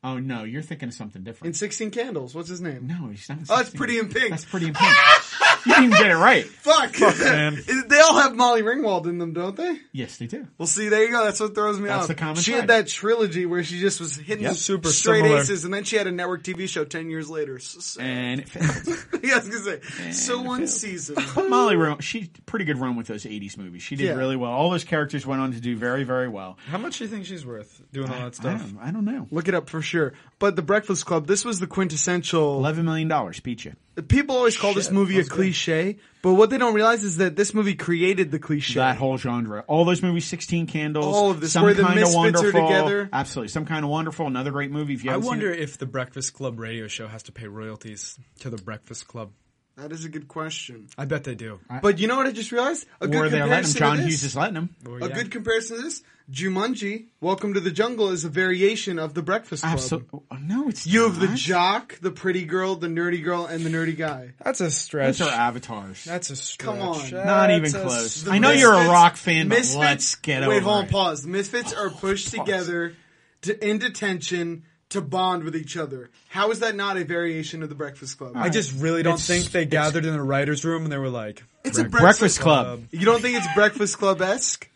Oh no, you're thinking of something in different. 16 Candles. What's his name? no, he's not. Oh, it's Pretty in Pink. That's pretty intense. you didn't even get it right. Fuck! man. they all have Molly Ringwald in them, don't they? Yes, they do. Well, see, there you go. That's what throws me That's off. the common she had thread. that trilogy where she just was hitting Yep. Super straight similar. aces, and then she had a network TV show ten years later. So, so, And it failed. yeah, I was gonna say, so it one failed. season. But Molly, Ro- she pretty good run with those '80s movies. She did Yeah. really well. All those characters went on to do very, very well. How much do you think she's worth doing all that I stuff? don't, I don't know. Look it up for sure. But the Breakfast Club, this was the quintessential. Eleven million dollars, beat you. People always call this Shit, movie a that's good. cliche, but what they don't realize is that this movie created the cliche. That whole genre, all those movies, Sixteen Candles, All of this, some where the kind of misfits are wonderful, together. absolutely, some kind of wonderful. Another great movie. If you I haven't wonder seen it. if the Breakfast Club radio show has to pay royalties to the Breakfast Club. that is a good question. I bet they do. But you know what I just realized? A Or good they're letting comparison him. to John this- Hughes is letting him. Or, A Oh, yeah. good comparison to this, Jumanji, Welcome to the Jungle is a variation of the Breakfast Club. Absolutely, oh, no, it's You have the not. jock, the pretty girl, the nerdy girl, and the nerdy guy. That's a stretch. Those are avatars. That's a stretch. Come on. Not even That's a close. stretch. I know Misfits- you're a rock fan, but let's get over Wait, hold on, it. pause. The Misfits are pushed together to in detention to bond with each other. How is that not a variation of the Breakfast Club? I just really don't It's- think they gathered in a writer's room and they were like, it's a Breakfast Club. You don't think it's Breakfast Club esque?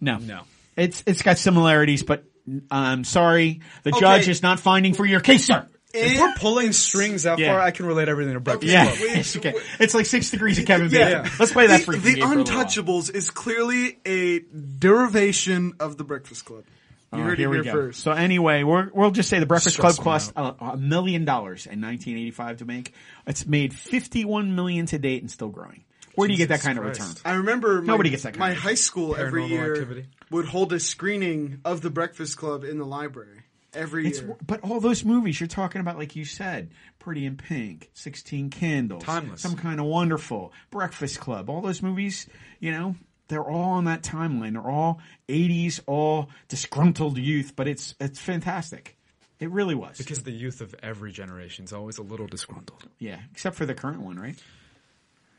No, No. It's it's got similarities, but I'm sorry, the judge is not finding for your case, sir. if we're pulling strings that Yeah. far, I can relate everything to Breakfast Yeah, Club. it's, okay. it's like six degrees of Kevin Bacon. Yeah. Let's play that for the, you. the Untouchables is clearly a derivation of the Breakfast Club. You heard Uh, here it we here go. first. So anyway, we're, we'll just say the Breakfast Club Stressing cost a, a million dollars in 1985 to make. It's made 51 million to date and still growing. Where do you get that Jesus kind of Christ. return? I remember my, Nobody gets that kind my of high school every Paranormal year activity. would hold a screening of The Breakfast Club in the library every It's, year. but all those movies you're talking about, like you said, Pretty in Pink, Sixteen Candles, Timeless. Some Kind of Wonderful, Breakfast Club, all those movies, you know, they're all on that timeline. They're all '80s, all disgruntled youth, but it's it's fantastic. It really was. Because the youth of every generation is always a little disgruntled. yeah, except for the current one, right?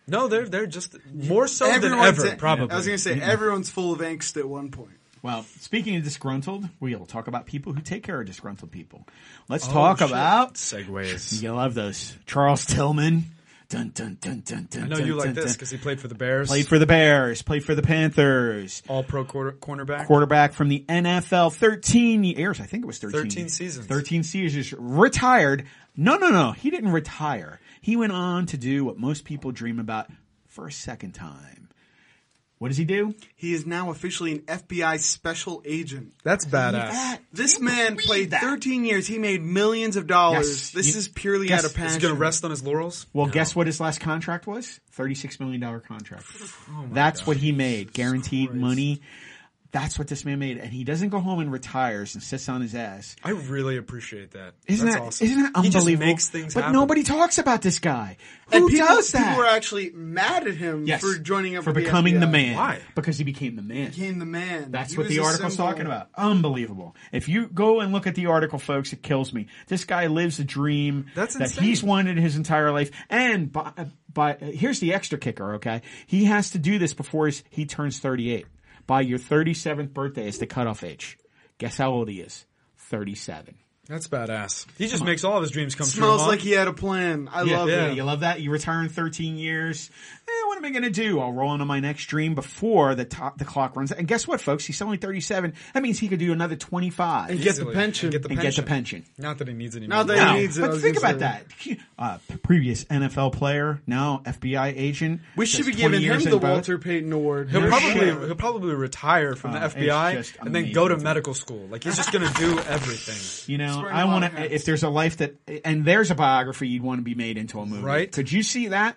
No, they're they're just more so Everyone's than ever, a- probably. I was going to say, everyone's full of angst at one point. Well, speaking of disgruntled, we'll talk about people who take care of disgruntled people. Oh, Let's talk about segues. you love those Charles Tillman. Dun dun dun dun dun. I know dun, you like dun, this dun. because he played for the Bears, Played for the Bears. Played for the Panthers. all pro quarter, cornerback. quarterback from the NFL, 13 years, I think it was 13. 13 seasons. 13 seasons, retired. No, no, no, he didn't retire. He went on to do what most people dream about for a second time. What does he do? He is now officially an FBI special agent. That's badass. This man believe played that? 13 years. He made millions of dollars. Yes. This You- is purely Yes. out of Is Is passion. he gonna rest on his laurels? Well, guess what his last contract was? Thirty-six million dollar contract. That's what he made, guaranteed money. That's what this man made, and he doesn't go home and retires and sits on his ass. I really appreciate that. Isn't That's that awesome. not that He unbelievable? just makes things but happen. nobody talks about this guy. Who and people, does that? people were actually mad at him Yes. for joining up for with becoming the, FBI. man. Why? Because he became the man. Became the man. That's He what was the a article's symbol. talking about. Unbelievable. If you go and look at the article, folks, it kills me. This guy lives a dream That's that insane. he's wanted his entire life. And by, by, here's the extra kicker, okay? He has to do this before his, he turns 38. By your 37th birthday is the cutoff age. Guess how old he is? 37. That's badass. He just makes all of his dreams come true. Smells huh? like he had a plan. I love yeah. it. You love that? You retire in 13 years. Eh, what am I going to do? I'll roll into my next dream before the to the clock runs. out. And guess what, folks? He's only 37. That means he could do another 25 And get the Easily. pension. And get the and pension. get the pension. Not that he needs any. Not money. that he No, needs it, I but was think gonna about that. Uh, previous NFL player, now FBI agent. We should does be 20 giving him years in the both. Walter Payton Award. He'll No probably shit. he'll probably retire from Uh, the FBI it's just and then go to amazing. medical school. Like he's just gonna do everything. You know, Spread I a lot want of hats. to. If there's a life that, and there's a biography you'd want to be made into a movie, Right. Could you see that?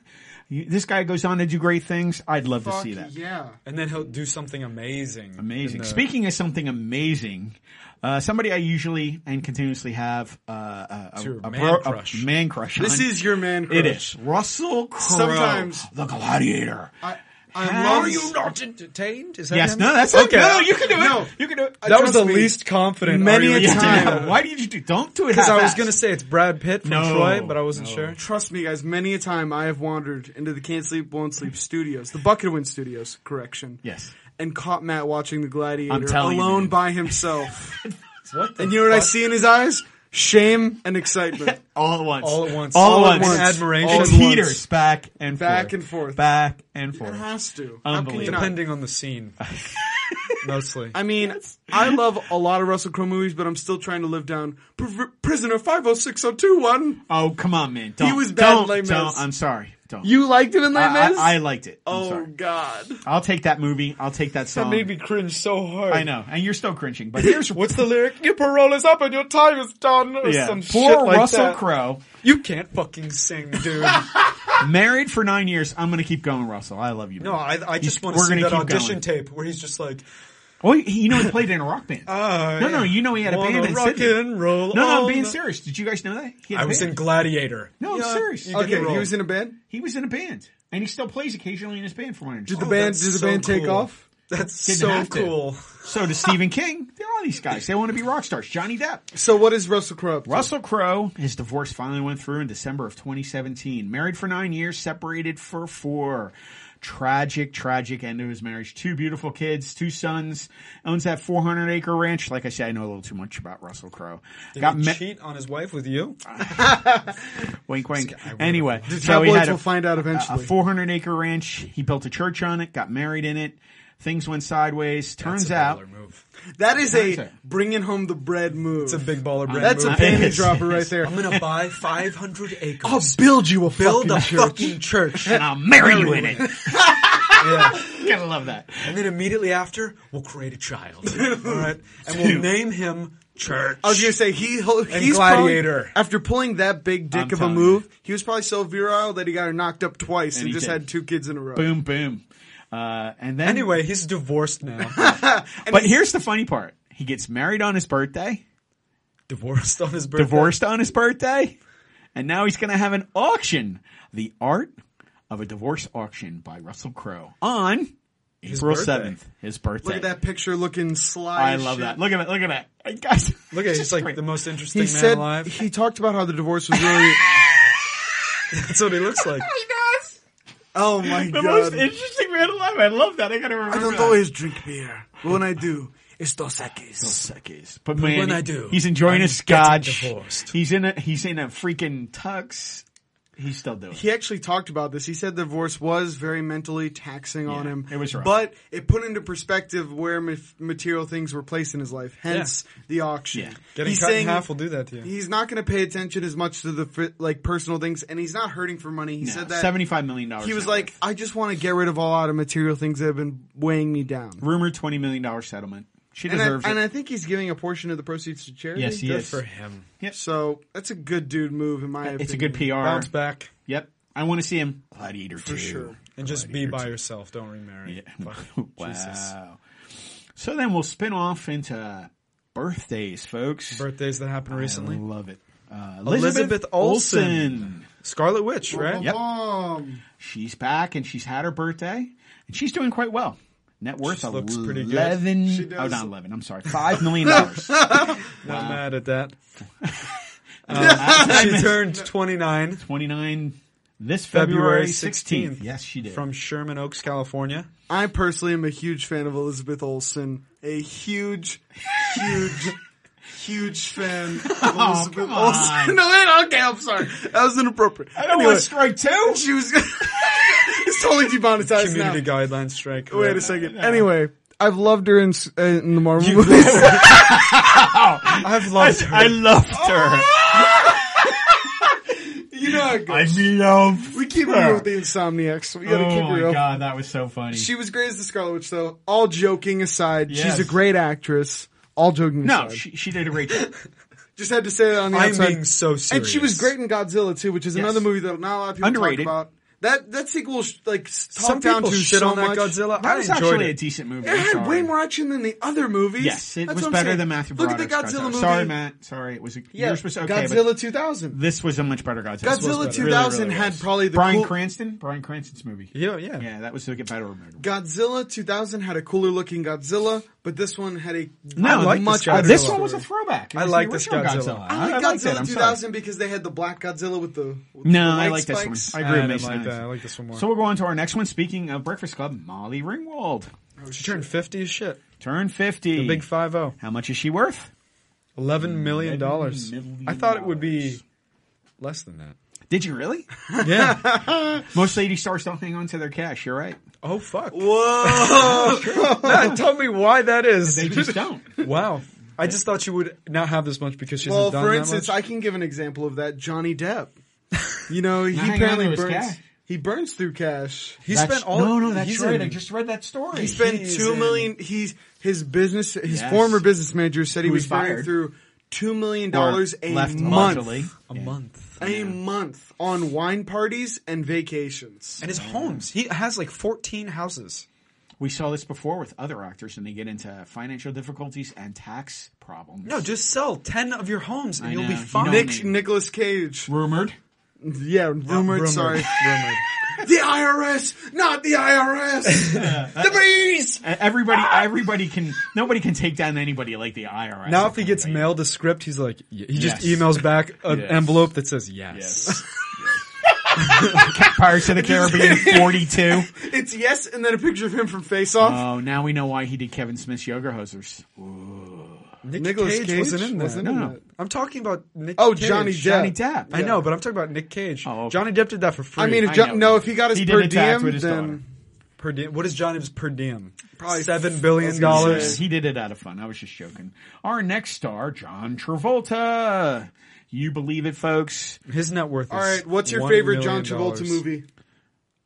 You, this guy goes on to do great things. I'd love to Fuck see that. Yeah. And then he'll do something amazing. uh, in Amazing. the- Speaking of something amazing, uh, somebody I usually and continuously have uh, a, a, your a man bro- a crush. man crush This on. is your man crush. it is Russell Crowe, Sometimes- the Gladiator. I, I How love are you. not entertained? Is that yes, him? no, that's okay. No, you can do it. No. You can do it. that Trust was the me. least confident. Many Ari a was Yeah, doing time. that. yeah. Why did you do? Don't do it. Because I was half-assed. gonna say it's Brad Pitt from No, Troy, but I wasn't no. sure. Trust me, guys. Many a time I have wandered into the Can't Sleep, Won't Sleep studios, the Bucket Win studios, correction. Yes. And caught Matt watching The Gladiator I'm telling you, alone dude. by himself. What? The and you know what I fuck? see in his eyes? Shame and excitement. all at once. All at once. All, at at once. once. Admiration. It All at teeters once. back and Back forth. and forth. Back and it forth. has to. How can you Unbelievable. not? Depending on the scene, mostly. I mean, I love a lot of Russell Crowe movies, but I'm still trying to live down Pr- Prisoner 506021. Oh come on, man! Don't, was bad in Don't, Les Mis. don't. I'm sorry. Don't. You liked him in Les I, Mis? I, I liked it. I'm oh, sorry. God. I'll take that movie. I'll take that song. me cringe so hard. I know, and you're still cringing. But here's What's the lyric? Your parole is up and your time is done, or yeah. some poor shit like Russell that. Crowe, You can't fucking sing, dude. married for nine years. I'm gonna keep going, Russell. I love you. no, I, I just want to We're see gonna that keep audition going. tape where he's just like, Well, you know Oh, he played in a rock band. uh, no, no, you know he had a wanna band in rock Sydney. and roll. no, no, I'm all being night. serious. Did you guys know that? He had a I was band. in Gladiator. No, I'm Yeah, serious. you Okay, can he roll. was in a band? He was in a band, and he still plays occasionally in his band. From what I Did understand, the Oh, band, that's did the so band take cool. off? That's Didn't so have to. cool. so does Stephen King. They're all these guys. They want to be rock stars. Johnny Depp. So what is Russell Crowe? up to? Russell Crowe, his divorce finally went through in December of 2017. Married for nine years, separated for four. Tragic, tragic end of his marriage. Two beautiful kids, two sons. Owns that 400 acre ranch. Like I said, I know a little too much about Russell Crowe. Got Did he ma- cheat on his wife with you? wink, wink. Anyway, so he Tabloids had will a, find out eventually. a 400 acre ranch. He built a church on it. Got married in it. Things went sideways. Turns That's a out, baller move. that is a Contact. bringing home the bread move. It's a big ball of bread. That's a move. It big- panty is. dropper right there. I'm gonna buy 500 acres. I'll build you a build fucking a church. fucking church. and I'll marry you in it. yeah. Gotta love that. And then immediately after, we'll create a child. All right, and we'll name him Church. I was gonna say he he's probably- Gladiator. after pulling that big dick I'm of a telling move, he was probably so virile that he got her knocked up twice and, he just did. had two kids in a row. Boom, boom. Uh, and then Anyway, he's divorced now. But here's the funny part. He gets married on his birthday, divorced on his birthday. divorced on his birthday, and now he's going to have an auction. The Art of a Divorce Auction by Russell Crowe on April birthday. 7th, his birthday. Look at that picture looking sly. I as love shit. that. Look at that. Look at that. Hey, Guys, Look at it's he's just like great. the most interesting He man said alive. he talked about how the divorce was really. That's what he looks like. oh my The god! most interesting man alive. I love that. I got to remember I don't that. always drink beer, but when I do, it's Dos Equis. Suckies. But man, when he- I do, he's enjoying I'm a getting scotch. divorced. He's in a he's in a freaking tux. he's still doing. it. He actually talked about this. He said the divorce was very mentally taxing on him. it was rough. But it put into perspective where ma- material things were placed in his life, hence the auction. Yeah. Getting he's cut saying in half will do that to you. he's not going to pay attention as much to the fi- like personal things, and he's not hurting for money. He No, said that seventy-five million dollars. he was net like, worth. I just want to get rid of a lot of material things that have been weighing me down. rumored twenty million dollar settlement. She And I, deserves and it. I think he's giving a portion of the proceeds to charity. yes, he Good is. for him. So that's a good dude move in my opinion. It's a good PR. Bounce back Yep. I want to see him Gladiator for sure. and just be by yourself. Don't remarry. Fuck. wow. Jesus. So then we'll spin off into birthdays, folks. Birthdays that happened I recently. love it. Uh, Elizabeth Olsen. Scarlet Witch, right? Yep. Um, She's back and she's had her birthday and she's doing quite well. Net worth She of looks pretty good. eleven. She Oh, does. not eleven. I'm sorry, five million dollars. Not mad at that. Uh, Um, She turned 29 Twenty nine. This February February 16th. sixteenth. Yes, she did. from Sherman Oaks, California. I personally am a huge fan of Elizabeth Olsen. A huge, huge, huge fan of Elizabeth Oh, come Olsen. on. no, wait, okay, I'm sorry. That was inappropriate. I don't Anyway, want strike two. She was. it's totally demonetized now. Community guidelines strike. Wait a second. Anyway, I've loved her in, s- uh, in the Marvel movies. I've loved her. I loved Oh, her. you know how it goes. I love. We keep her with the Insomniacs. We gotta Oh keep her my real. god, that was so funny. She was great as the Scarlet Witch, though. All joking aside, Yes. she's a great actress. All joking no, aside. she, she did a great job. Just had to say that on the I'm outside. being so serious. and she was great in Godzilla too, which is another movie that not a lot of people Underrated. talk about. That that sequel sh- like s- talked Some down people to shit so on that much. Godzilla. That I was enjoyed actually a it. decent movie. It I'm had sorry. way more action than the other movies. Yes, it That's was what I'm better saying. than Matthew. Look at the Broderick's Godzilla Godzilla. movie. Sorry, Matt. Sorry, it was. A, Yeah, you were supposed to. Okay, Godzilla but 2000. this was a much better Godzilla. Godzilla This was better. 2000 had was. probably the Bryan cool- Cranston. Bryan Cranston's movie. Yeah, yeah. Yeah, that was to get better. Remember. Godzilla 2000 had a cooler looking Godzilla, but this one had a I like much this better Godzilla. this story. one was a throwback. It I was like the this original I Godzilla. like liked Godzilla it. I'm sorry. 2000 because they had the black Godzilla with the with the No, I white like this one. spikes. I I agree with didn't Mason. on like that. this. I like this one more. So we'll go on to our next one. Speaking of Breakfast Club, Molly Ringwald she turned 50 as shit. turned fifty. The big 5-0. How much is she worth? Eleven million dollars. Million I thought it would be less than that. Did you really? Yeah. Most lady stars don't hang on to their cash. You're right. oh fuck. Whoa! Matt, tell me why that is. They just don't. wow. I just thought you would not have this much because she's well, done for that instance, much. I can give an example of that. Johnny Depp. You know, he hanging on to apparently his burns. cash. He burns through cash. he That's- spent all. No, no, that's he's right. in- I just read that story. He spent He's two in- million. He's his business. His Yes. former business manager said he Who was was burning fired. through two million Or dollars a left month. allegedly. a month. A month on wine parties and vacations. And his homes. He has like fourteen houses. We saw this before with other actors, and they get into financial difficulties and tax problems. No, just sell ten of your homes and I you'll know. be You fine. know Nick me. Nicholas Cage. rumored. Yeah, rumored. Sorry, Rumored. the IRS, not the IRS. the bees. Uh, Everybody, everybody can. Nobody can take down anybody like the IRS. Now, if he gets Right. mailed a script, he's like, he just Yes. emails back an Yes. envelope that says yes. Yes. Yes. Pirates of the Caribbean 42. It's yes, and then a picture of him from Face Off. Oh, now we know why he did Kevin Smith's yoga hosers. Nick Nicholas Cage, Cage wasn't in that. wasn't no, in no. that. I'm talking about Nick. Oh, Cage. Johnny Depp. Johnny Depp. I know, but I'm talking about Nick Cage. Oh, okay. Johnny Depp did that for free. I mean, if I John, know. no, if he got his He did per a tax diem, with his daughter. then per diem. What is Johnny Depp's per diem? Probably seven billion Dollars. dollars. He did it out of fun. I was just joking. Our next star, John Travolta. You believe it, folks? His net worth. is all right. What's your $1 favorite John million Travolta movie?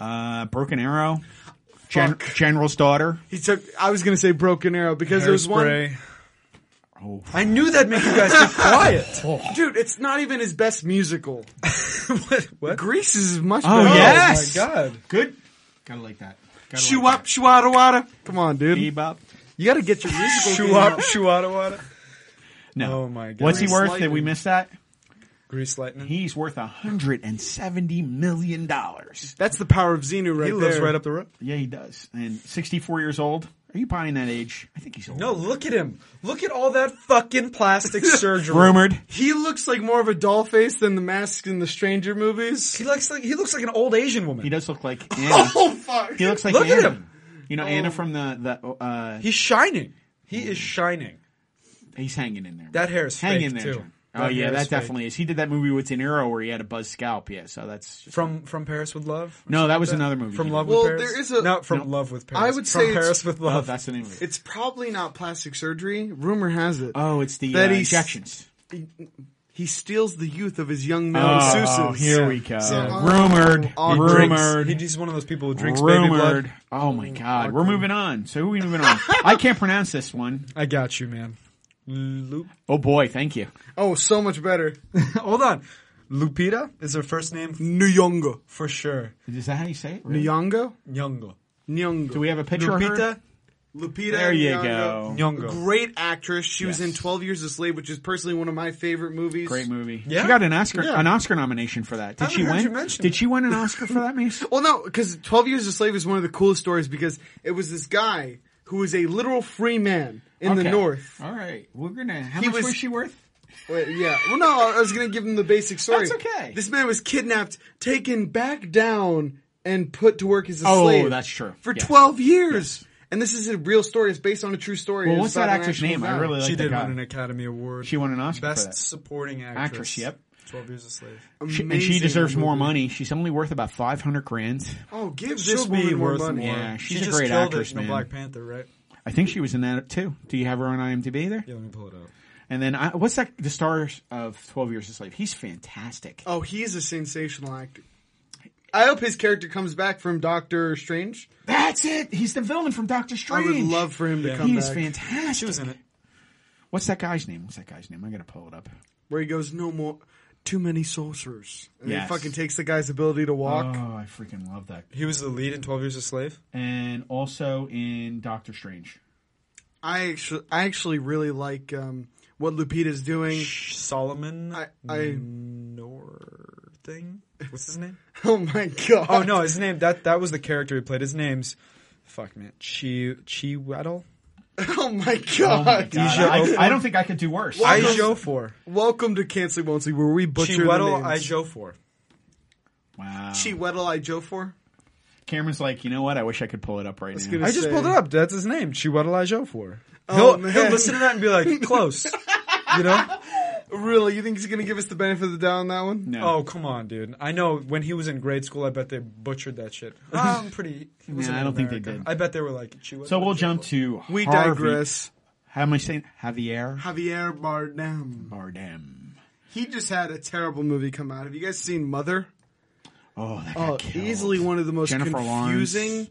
Uh, Broken Arrow. Gen- Fuck. General's daughter. He took. I was gonna say Broken Arrow because there's one. Hairspray. I knew that'd make you guys be quiet. Dude, it's not even his best musical. what? what? Grease is much Oh, better. Oh, yeah. Yes. Oh my god. Good. Gotta like that. Gotta Shoo up, shoo wada wada. Come on, dude. that. Bebop. You gotta get your musical. game Shuwada, up. shuwada, wada. No. Oh my God. What's he Grease worth? Did lightning. we miss that? Grease lightning. He, He's worth hundred and seventy million dollars. That's the power of Xenu right lives there. right up the road. Yeah, he does. And sixty-four years old. Are you buying that age? I think he's old. No, look at him. Look at all that fucking plastic surgery. Rumored. He looks like more of a doll face than the mask in the Stranger movies. He looks like he looks like an old Asian woman. He does look like. Anna. Oh fuck! He looks like. Look at Anna. him. You know Anna from the the. Uh, He's shining. He is shining. he's hanging in there. That hair is Hang fake in there, too. John. Oh yeah, Harris that fake. definitely is. He did that movie with De Niro where he had a buzz scalp. Yeah, so that's just, From from Paris with Love. or no, that was something like another movie. From Love Well, with Paris. there is a- not from No. Love with Paris. I would from say it's- Paris with Oh, Love. that's the name of it. It's probably not plastic surgery. Rumor has it. oh, it's the uh, That he's- injections. he steals the youth of his young male Oh, masseuses. here we go. So- uh, rumored, Oh, rumored, He- he's one of those people who drinks baby rumored. blood. Oh my god, we're moving on. So who are we moving on? I can't pronounce this one. I got you, man. Lu- Oh boy, thank you. Oh, so much better. Hold on. Lupita is her first name Nyong'o. for sure. Is that how you say it? Really? Nyong'o? Nyong'o. Nyong'o. Do we have a picture of her? Lupita Lupita There you Nyong'o. go. Nyong'o. Great actress. She was Yes. in 12 Years a Slave, which is personally one of my favorite movies. Great movie. Yeah? She got an Oscar Yeah. an Oscar nomination for that. Did haven't she heard win? you mention Did it. she win an Oscar for that, Mace? Well, no, because 12 Years a Slave is one of the coolest stories because it was this guy who was a literal free man in the Okay. North. All right, we're gonna. How He much was- was she worth? Wait, yeah. Well, no, I was going to give him the basic story. That's okay. This man was kidnapped, taken back down, and put to work as a Oh, slave. that's true. For Yes. 12 years. And this is a real story. It's based on a true story. Well, It's what's that about an actress' actual name? I guy. really like She that did guy. win an Academy Award. She won an Oscar Best for that. Supporting Actress. Actress, yep. Twelve Years a Slave. She- and she Amazing deserves more movie. money. She's only worth about five hundred grand. Oh, give this She'll be woman more worth more. money. Yeah, she's she a just great killed actress, it in the man. Black Panther, right? I think she was in that too. Do you have her on IMDb there? Yeah, let me pull it up. And then I, what's that? The star of Twelve Years a Slave. He's fantastic. Oh, he's a sensational actor. I hope his character comes back from Doctor Strange. That's it. He's the villain from Doctor Strange. I would love for him to Yeah. come He back. is fantastic. She was in it. What's that guy's name? What's that guy's name? I gotta pull it up. Where he goes, no more, too many sorcerers. And he Yes. fucking takes the guy's ability to walk. Uh. Oh, I freaking love that. He was the lead in Twelve Years a Slave. And also in Doctor Strange. I actually, I actually really like um, what Lupita's doing. Solomon I- I- Nor thing. What's his name? Oh my god! Oh no, his name that that was the character he played. His name's fuck man. Chi Chi Weddle. Oh my Oh my god! God, should- I, I don't think I could do worse. I Welcome- Joe for. Welcome to Cancel Wonsley, where we Chi butcher the Weddle I names. Joe for. wow. Chiwetel Ejiofor. Cameron's like, you know what? I wish I could pull it up right now. get I it. just Say- pulled it up. That's his name. Chi Weddle I Joe for. Oh, he'll, man. he'll listen to that and be like, close. you know? Really, you think he's gonna give us the benefit of the doubt on that one? no. Oh come on, dude! I know when he was in grade school, I bet they butchered that shit. I'm pretty. he was Yeah, in I don't think they America. did. I bet they were like. Chi So Weddle I we'll Joe jump for. to We Harvey- digress. How am I saying Javier Javier Bardem. Bardem? He just had a terrible movie come out. Have you guys seen Mother? Oh, that Oh, got killed. easily one of the most Jennifer Lawrence. confusing.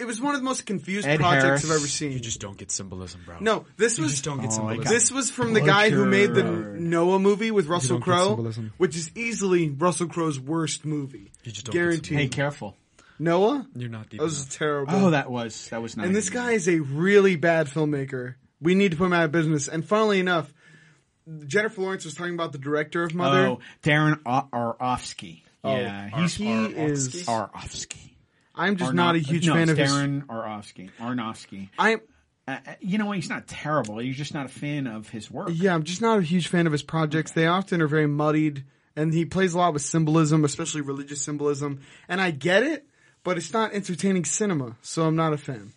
It was one of the most confused Ed projects Harris. I've ever seen. You just don't get symbolism, bro. no, this you was just don't get Oh, I symbolism. got- this was from the guy who made the Butchered. Noah movie with Russell don't get Crowe, symbolism. which is easily Russell Crowe's worst movie. You just don't get guaranteed. Hey, careful. Noah, You're not deep that was enough. terrible. Oh, that was that was not. and this good. guy is a really bad filmmaker. We need to put him out of business. And funnily enough, Jennifer Lawrence was talking about the director of Mother. Oh, Darren O- Arofsky. Oh, yeah, he's he is. Arofsky. I'm just not a Arno- huge no, fan of it's his. Darren Arofsky. Arnofsky. I'm Uh, uh, you know what? He's not terrible. You're just not a fan of his work. yeah, I'm just not a huge fan of his projects. They often are very muddied, and he plays a lot with symbolism, especially religious symbolism. And I get it, but it's not entertaining cinema, so I'm not a fan.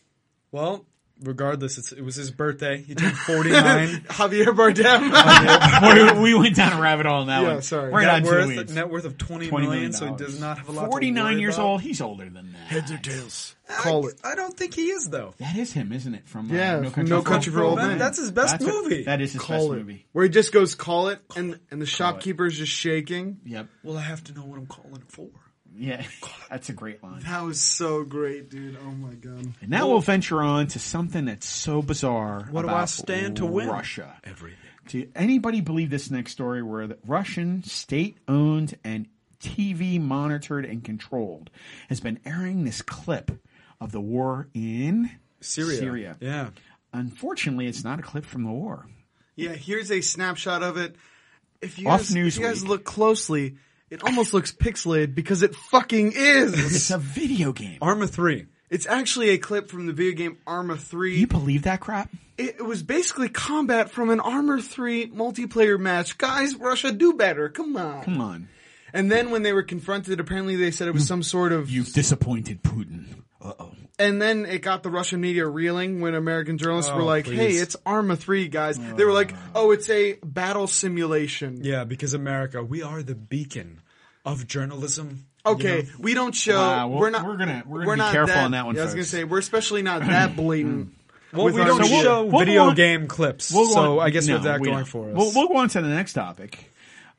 Well, regardless, it's, it was his birthday. He turned 49. Javier Bardem. Boy, we went down a rabbit hole on that Yeah, one. sorry. Right net, on worth, two weeks. net worth of 20 $20 million, so he does not have a lot. to Forty-nine worry years about. old. He's older than that. Heads or tails. Call I, it. I don't think he is though. That is him, isn't it? From uh, Yeah, No from Country, No for, Country for Old Man, Men. that's his best what- movie. that is his Call best it. movie. Where he just goes, call it, and and the shopkeeper's just shaking. Yep. Well, I have to know what I'm calling it for. Yeah. That's a great line. That was so great, dude. Oh my god. And now we'll venture on to something that's so bizarre. What do I about stand to win? Russia. Everything. Do anybody believe this next story where the Russian state owned and TV monitored and controlled has been airing this clip of the war in Syria. Syria. Yeah. Unfortunately, it's not a clip from the war. Yeah, here's a snapshot of it. If you, Off guys, if you guys Newsweek. look closely, it almost looks pixelated because it fucking It's is. a video game. Arma 3. it's actually a clip from the video game Arma Do 3. you believe that crap? It, it was basically combat from an Arma 3 multiplayer match. Guys, Russia, do better. Come on. Come on. Mm. And then when they were confronted, apparently they said it was some sort of You've disappointed Putin. Uh oh. And then it got the Russian media reeling when American journalists were Oh, like, "Hey, please. it's Arma Three, guys." They were like, Ah. "Oh, it's a battle simulation." Yeah, because America, we are the beacon of journalism. you Okay, know? we don't show. Wow, well, we're not. we're gonna- we're gonna be not careful on that one, Yeah, I was gonna folks. Mm. say we're especially not that blatant. Well, with we our don't media. show we'll- video we'll- game clips, We'll go so on- I guess no, with that we going don't. for us. We'll, we'll go on to the next topic.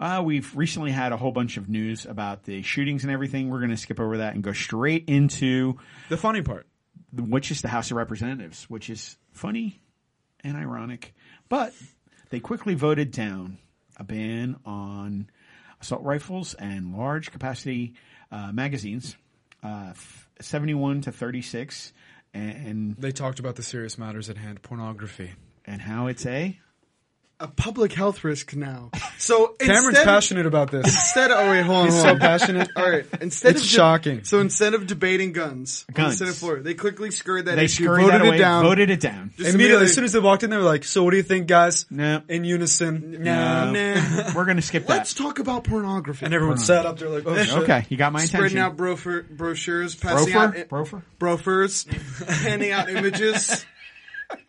Uh, we've recently had a whole bunch of news about the shootings and everything. We're going to skip over that and go straight into the funny part. the- which is the House of Representatives, which is funny and ironic, but they quickly voted down a ban on assault rifles and large capacity uh, magazines, uh, f- 71 to 36, and They talked about the serious matters at hand, pornography. and how it's a A public health risk now. So Cameron's instead, passionate about this. Instead, oh wait, hold on, He's hold so on. passionate. All right, instead It's of shocking. So instead of debating guns, on Guns. the Senate floor, they quickly skirted that they issue, scurried voted that away, it down. voted it down. Just Immediately, as soon as they walked in, they were like, "So, what do you think, guys?" No. In unison, No. Nah. Um, We're going to skip that. let's talk about pornography. And everyone sat up. They're like, "Oh shit." okay, you got my spreading attention. out brofer, brochures, passing out Brofer, Brofer. brofers, handing out images.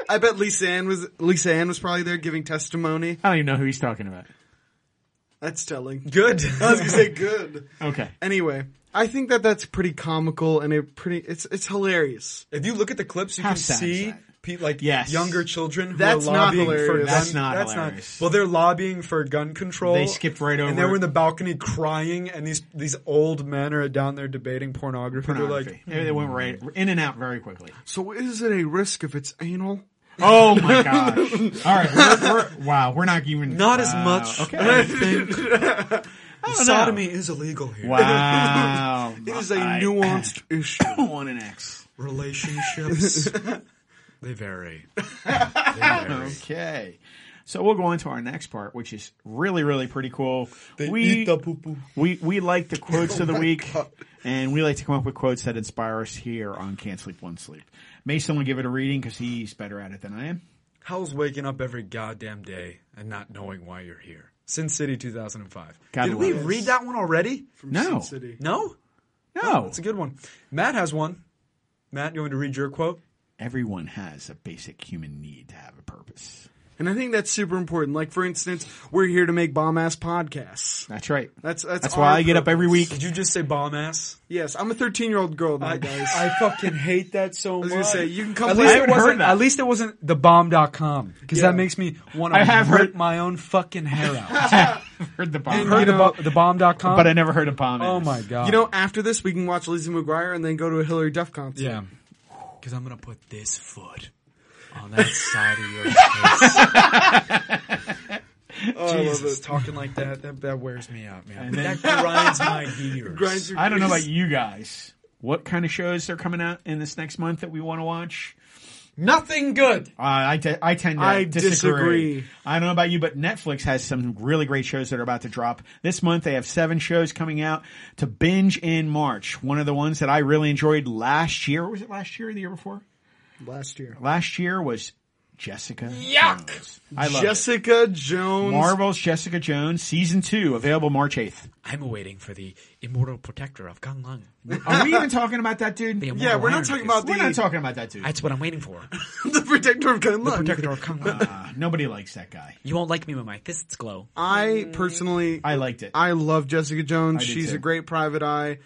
I bet Lisa Ann was Lisa Ann was probably there giving testimony. I don't even know who he's talking about. That's telling. Good. I was gonna say good. Okay. Anyway, I think that that's pretty comical and it pretty it's it's hilarious. if you look at the clips, you How can sad is see that? pe- like Yes. younger children who That's are not lobbying for gun. hilarious. That's not hilarious. Well, they're lobbying for gun control. They skipped right And they over were it. in the balcony crying, and these these old men are down there debating pornography. They're pornography. like, They- they went right in and out very quickly. So is it a risk if it's anal? Oh my gosh! All right, we're, we're, wow, we're not even not as wow, much. Okay, I think don't know. sodomy is illegal here. Wow, It is a I- nuanced issue. one and X. Relationships they vary. They vary. Okay, so we'll go on to our next part, which is really, really pretty cool. we poo. we we like the quotes of the week, and we like to come up with quotes that inspire us here on Can't Sleep One Sleep. Mason will give it a reading because he's better at it than I am. How's waking up every goddamn day and not knowing why you're here? Sin City 2005. God Did we bless. read that one already? No, Sin City. No? no, Oh, That's a good one. Matt has one. Matt, you want to read your quote? everyone has a basic human need to have a purpose. And I think that's super important. Like for instance, we're here to make bomb ass podcasts. That's right. That's that's, That's our why I get up purpose. every week. Did you just say bomb ass? Yes, I'm a 13 year old girl now, guys. I fucking hate that so much. was gonna say, you can come at play- least I it haven't wasn't, heard that. At least it wasn't thebomb.com because Yeah. that makes me want I to have rip heard- my own fucking hair out. heard the bomb, You heard know- about thebomb.com? but I never heard a bomb. Oh my god. you know, after this, we can watch Lizzie McGuire and then go to a Hillary Duff concert. Yeah. Because I'm going to put this foot on that side of your face. Oh, Jesus, talking like that, that, that wears me out, man. that grinds my gears. Grinds your I don't know gears. about you guys. What kind of shows are coming out in this next month that we want to watch? Nothing good. Uh, I, te- I tend to I disagree. disagree. I don't know about you, but Netflix has some really great shows that are about to drop this month. They have seven shows coming out to binge in March. One of the ones that I really enjoyed last year was it last year or the year before? last year. Last year was Jessica. Yuck! Jones. I love it. Jessica Jones. Marvel's Jessica Jones season two available March eighth. I'm waiting for the immortal protector of Kang Lung. Are we even talking about that dude? The yeah, immortal we're not Iron talking Fist. about the, We're not talking about that dude. That's what I'm waiting for. the protector of Gun Luck. Protector of Kang Lung. Uh, nobody likes that guy. You won't like me when my fists glow. I personally, I liked it. I love Jessica Jones. I do She's too. Mm. a great private eye.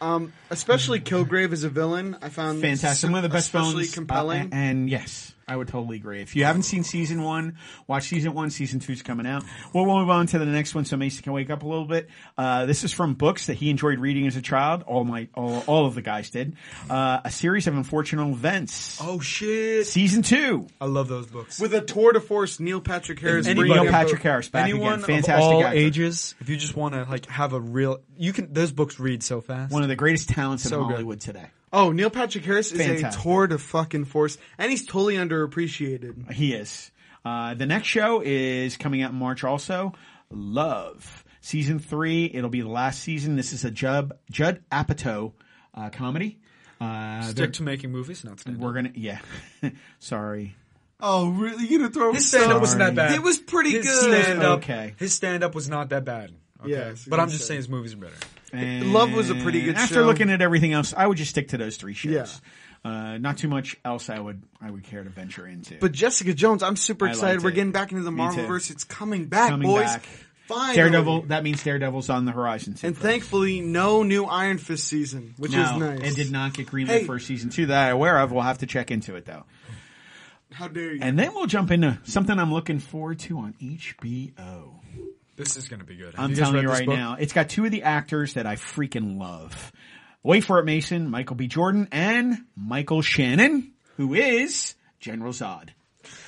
Um, especially Kilgrave as a villain, I found Fantastic. One of the best especially films. Uh, compelling. and, and yes, I would totally agree. If you haven't seen season one, watch season one. Season two's coming out. Well, we'll move on to the next one so Mason can wake up a little bit. Uh, this is from books that he enjoyed reading as a child. All my, all, all of the guys did. Uh, a series of unfortunate events. Oh shit! Season two. I love those books. with a tour de force, Neil Patrick Harris. Anybody- bringing Neil up Patrick a- Harris back Anyone again. Fantastic of all actor. ages, if you just want to like have a real, you can. Those books read so fast. One of the greatest talents So in good. Hollywood today. Oh, Neil Patrick Harris is Fantastic. a tour de fucking force, and he's totally underappreciated. He is. Uh, the next show is coming out in March also. Love. Season three. It'll be the last season. This is a Judd, Judd Apatow, uh, comedy. Uh, they're- Stick to making movies, not stand we're gonna, yeah. Sorry. Oh, really? You gonna throw His stand up wasn't that bad. It was pretty his good. Stand up, Okay. His stand up was not that bad. Okay. Yeah, I see but what I'm you're just saying his movies are better. And Love was a pretty good after show. looking at everything else, I would just stick to those three shows. Yeah. Uh, not too much else I would I would care to venture into. But Jessica Jones, I'm super I excited. liked We're it. getting back into the Me Marvel too. verse. It's coming back, Coming boys. back. Finally. Daredevil, that means Daredevil's on the horizon too. And folks. thankfully, no new Iron Fist season, which is No, nice. It did not get greenlit Hey. for season two that I'm aware of. We'll have to check into it though. How dare you? And then we'll jump into something I'm looking forward to on HBO. This is going to be good. Have I'm guys telling read you this right book? now, it's got two of the actors that I freaking love. Wait for it, Mason, Michael B. Jordan, and Michael Shannon, who is General Zod.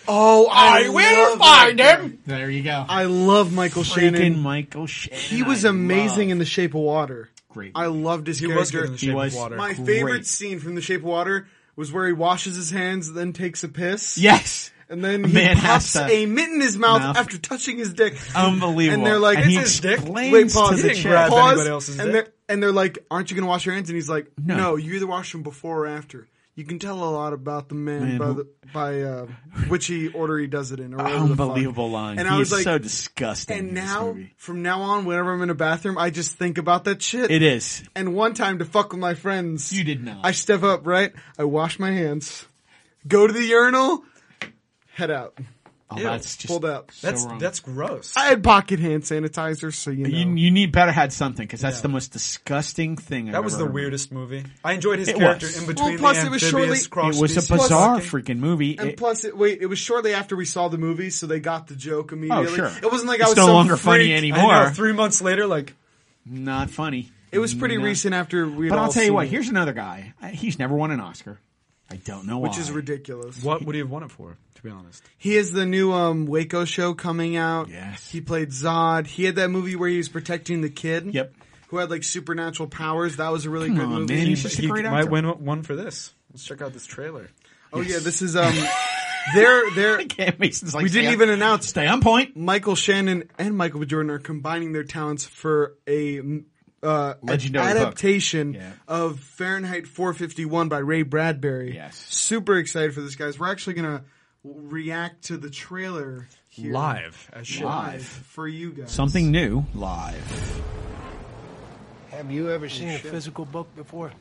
oh, I, love that guy. There you go. I love Michael freaking Shannon. Michael Shannon. He was I amazing love. in The Shape of Water. Great. I loved his He was character. good in the He shape was- of water. My Great. favorite scene from The Shape of Water was where he washes his hands, then takes a piss. Yes. And then A he man pops has to- a mitt in his mouth, Mouth. after touching his dick. Unbelievable. And they're like, And it's he his dick. explains Wait, pause. to the He didn't chick- grab Pause. anybody else's dick. And they're- and they're like, aren't you going to wash your hands? And he's like, No. no, you either wash them before or after. You can tell a lot about the man, Man by, who- the, by uh, which he order he does it in. Or whatever the fuck. Unbelievable line. And he I was is like, so disgusting. and in this now, movie. from now on, whenever I'm in a bathroom, I just think about that shit. it is. And one time to fuck with my friends. You did not. I step up, right? I wash my hands, go to the urinal, head out. Oh, Ew. that's just Pulled up. so That's wrong. that's gross. I had pocket hand sanitizer, so you know. you, you need better had something because that's the most disgusting thing. that was the weirdest movie. I enjoyed his It character was. in Well, between plus the it was amphibious shortly- It cross was a species bizarre fucking- freaking movie. and It- plus, it, wait, it was shortly after we saw the movie, so they got the joke oh immediately. sure, It wasn't like it's I was no some longer funny freak. I know, anymore. Three months later, like Not funny. It was pretty No. recent after we. had But I'll all tell you seen what. it, Here's another guy. I- He's never won an Oscar. I don't know why. which is ridiculous. what would he have won it for? To be honest, He has the new um, Waco show coming out. Yes. he played Zod. He had that movie where he was protecting the kid. Yep. who had like supernatural powers. That was a really good on, movie. man. He's just a he great might actor. win one for this. Let's check out this trailer. Oh yeah, this is um, they're they're Okay, Mason's like, we stay didn't on- even announce stay on point. Michael Shannon and Michael B. Jordan are combining their talents for a mm, uh, Legendary book. adaptation Yeah. of Fahrenheit 451 by Ray Bradbury. Yes. super excited for this, guys. We're actually gonna react to the trailer here Live as shit. live for you guys. Something new live. Have you ever seen a physical book before?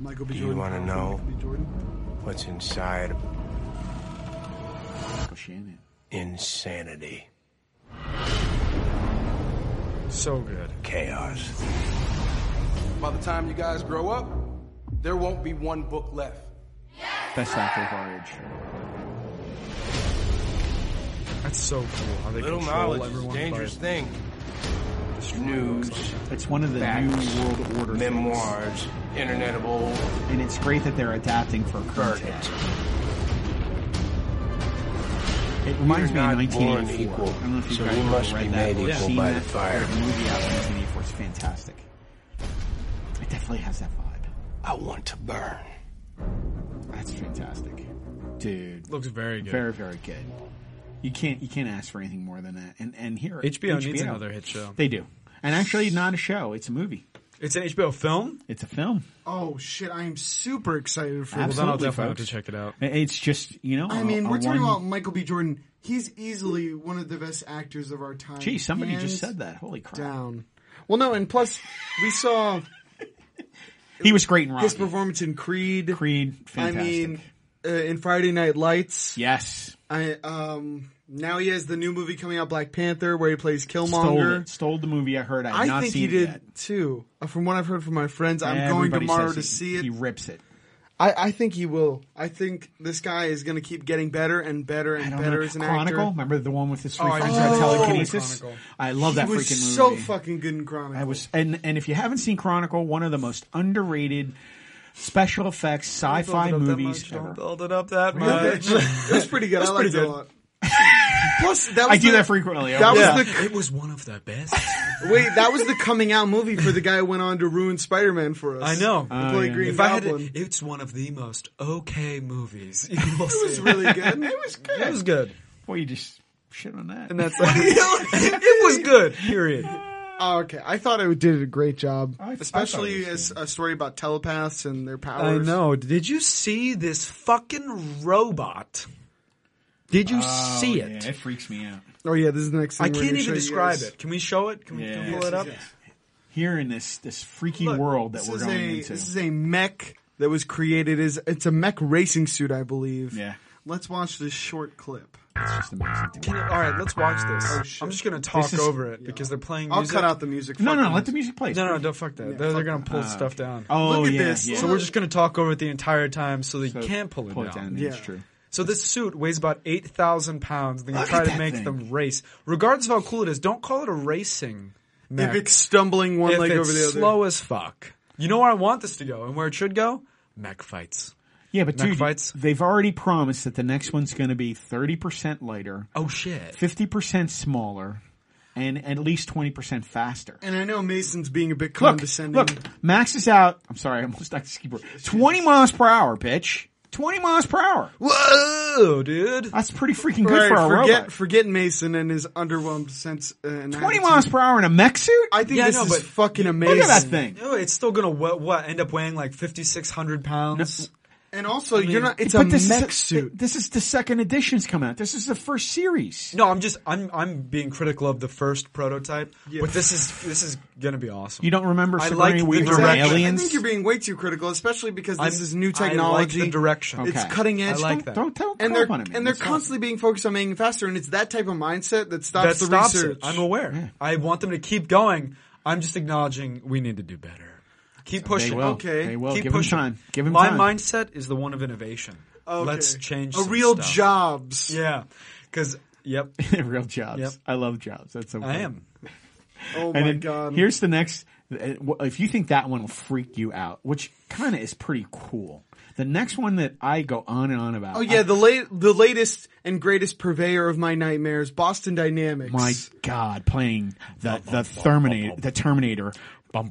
Michael B. You Jordan. wanna know? Michael B. Jordan. What's inside Michael Shannon. insanity, So good. chaos. By the time you guys grow up, there won't be one book left. Best actor of our age. That's so cool. How they Little control knowledge is a everyone. dangerous by- thing. News, It's one of the Facts. new world order things. memoirs, internetable, and it's great that they're adapting for burn current. it. It reminds me We're of not 1984. born equal, I don't know if you so guys we ever must read be that made or equal seen by that. the fire. There's a movie out in 1984. It's fantastic. It definitely has that vibe. I want to burn. That's fantastic, dude. Looks very good. Very, very good. You can't you can't ask for anything more than that. And and here HBO, needs another hit show. They do, and actually not a show. It's a movie. It's an HBO film. It's a film. Oh shit! I am super excited for Absolutely. this. Well, then I'll definitely folks. have to check it out. I- It's just you know. I a- mean, a we're talking one- about Michael B. Jordan. He's easily one of the best actors of our time. Gee, somebody just Hands said that. Holy crap! Down. Well, no, and plus we saw He was great in Rocky. his performance in Creed. Creed, I fantastic. mean, uh, in Friday Night Lights. yes, I um. Now he has the new movie coming out, Black Panther, where he plays stole Killmonger. it. Stole the movie. I heard. I have I not think seen he it did yet. too. Uh, From what I've heard from my friends, I'm going Everybody tomorrow says to he- see it. He rips it. I, I think he will. I think this guy is going to keep getting better and better I and don't better know. as an Chronicle. actor. Remember the one with his three Oh, I friends did. that Oh. telekinesis? Chronicle. I love that he was freaking so movie. fucking good in Chronicle. I was, and and if you haven't seen Chronicle, one of the most underrated special effects sci-fi movies ever. Build it up that it much. was pretty good. I liked pretty it good. a lot. Plus, that was I do the- that frequently. That Yeah. was the it was one of the best. wait. That was the coming out movie for the guy who went on to ruin Spider Man for us. I know. To play yeah. Green if I had, Goblin. it, it's one of the most okay movies. it it was really good. it was good. It was good. Boy, you just shit on that. And that's it was good. Period. oh, okay. I thought I did a great job, I- I thought it especially was as a story about telepaths and their I powers. know. Did you see this fucking robot? Did you Oh, see yeah, it? it freaks me out. Oh yeah, this is the next. Thing I we're can't gonna even show you describe guys. it. Can we show it? Can we, can we Yeah. pull it up? here in this this freaky Look, world that this we're is going a, into. This is a mech that was created as it's a mech racing suit, I believe. Yeah. Let's watch this short clip. it's just amazing. Can you- all right, let's watch this. Oh, shit. I'm just gonna talk is- over it because they're playing. I'll music. cut out the music. No, Fuck no, the let the music. music play. No, no, don't fuck that. they're, they're gonna pull Uh, stuff down. Oh Look at yeah, this. yeah. So we're just gonna talk over it the entire time, so they So can't pull it pull down. Yeah. That's true. So this suit weighs about eight thousand pounds. They Look try at to that make thing. them race, regardless of how cool it is. Don't call it a racing. Mech. If it's stumbling one If leg it's over the other, slow as fuck. You know where I want this to go and where it should go? Mech fights. Yeah, but Mech dude, fights? they've already promised that the next one's going to be thirty percent lighter, Oh shit. fifty percent smaller, and at least twenty percent faster. and I know Mason's being a bit Look, condescending. look, Max is out. I'm sorry, I almost stuck the keyboard. Twenty miles per hour, bitch. Twenty miles per hour. Whoa, dude. That's pretty freaking All good right, for our forget robot. forget Mason and his underwhelmed sense. Uh, and Twenty attitude. miles per hour in a mech suit. I think Yeah, I this know, is but- fucking amazing. Look at that thing. No, it's still gonna what, what end up weighing like fifty six hundred pounds. And also, you're not. It's But a mech this is a- suit. This is the second edition's come out. This is the first series. No, I'm just I'm I'm being critical of the first prototype, but this is this is gonna be awesome. You don't remember I Sigourney like the Weaver and direction. Exactly. I aliens? think you're being way too critical, especially because I'm- this is new I like technology. the direction. Okay. It's cutting edge. I like that. Don't, don't and they're, they're on it, man. and they're That's all. constantly being focused on making faster, and it's that type of mindset that that stops the stops research. it. I'm aware. I want them to keep going. I'm just acknowledging we need to do better. Keep pushing. will. Okay. They will. Keep Give 'em pushing. time. Give 'em My time. mindset is the one of innovation. Oh, Okay. Let's change a some real stuff. jobs. Yeah, because yep, real jobs. Yep. I love jobs. That's so. I funny. am. Oh And my then god. here's the next. uh, wh- If you think that one will freak you out, which kind of is pretty cool. The next one that I go on and on about. oh yeah, the late the latest and greatest purveyor of my nightmares, Boston Dynamics. my God, playing the the Terminator, the Terminator.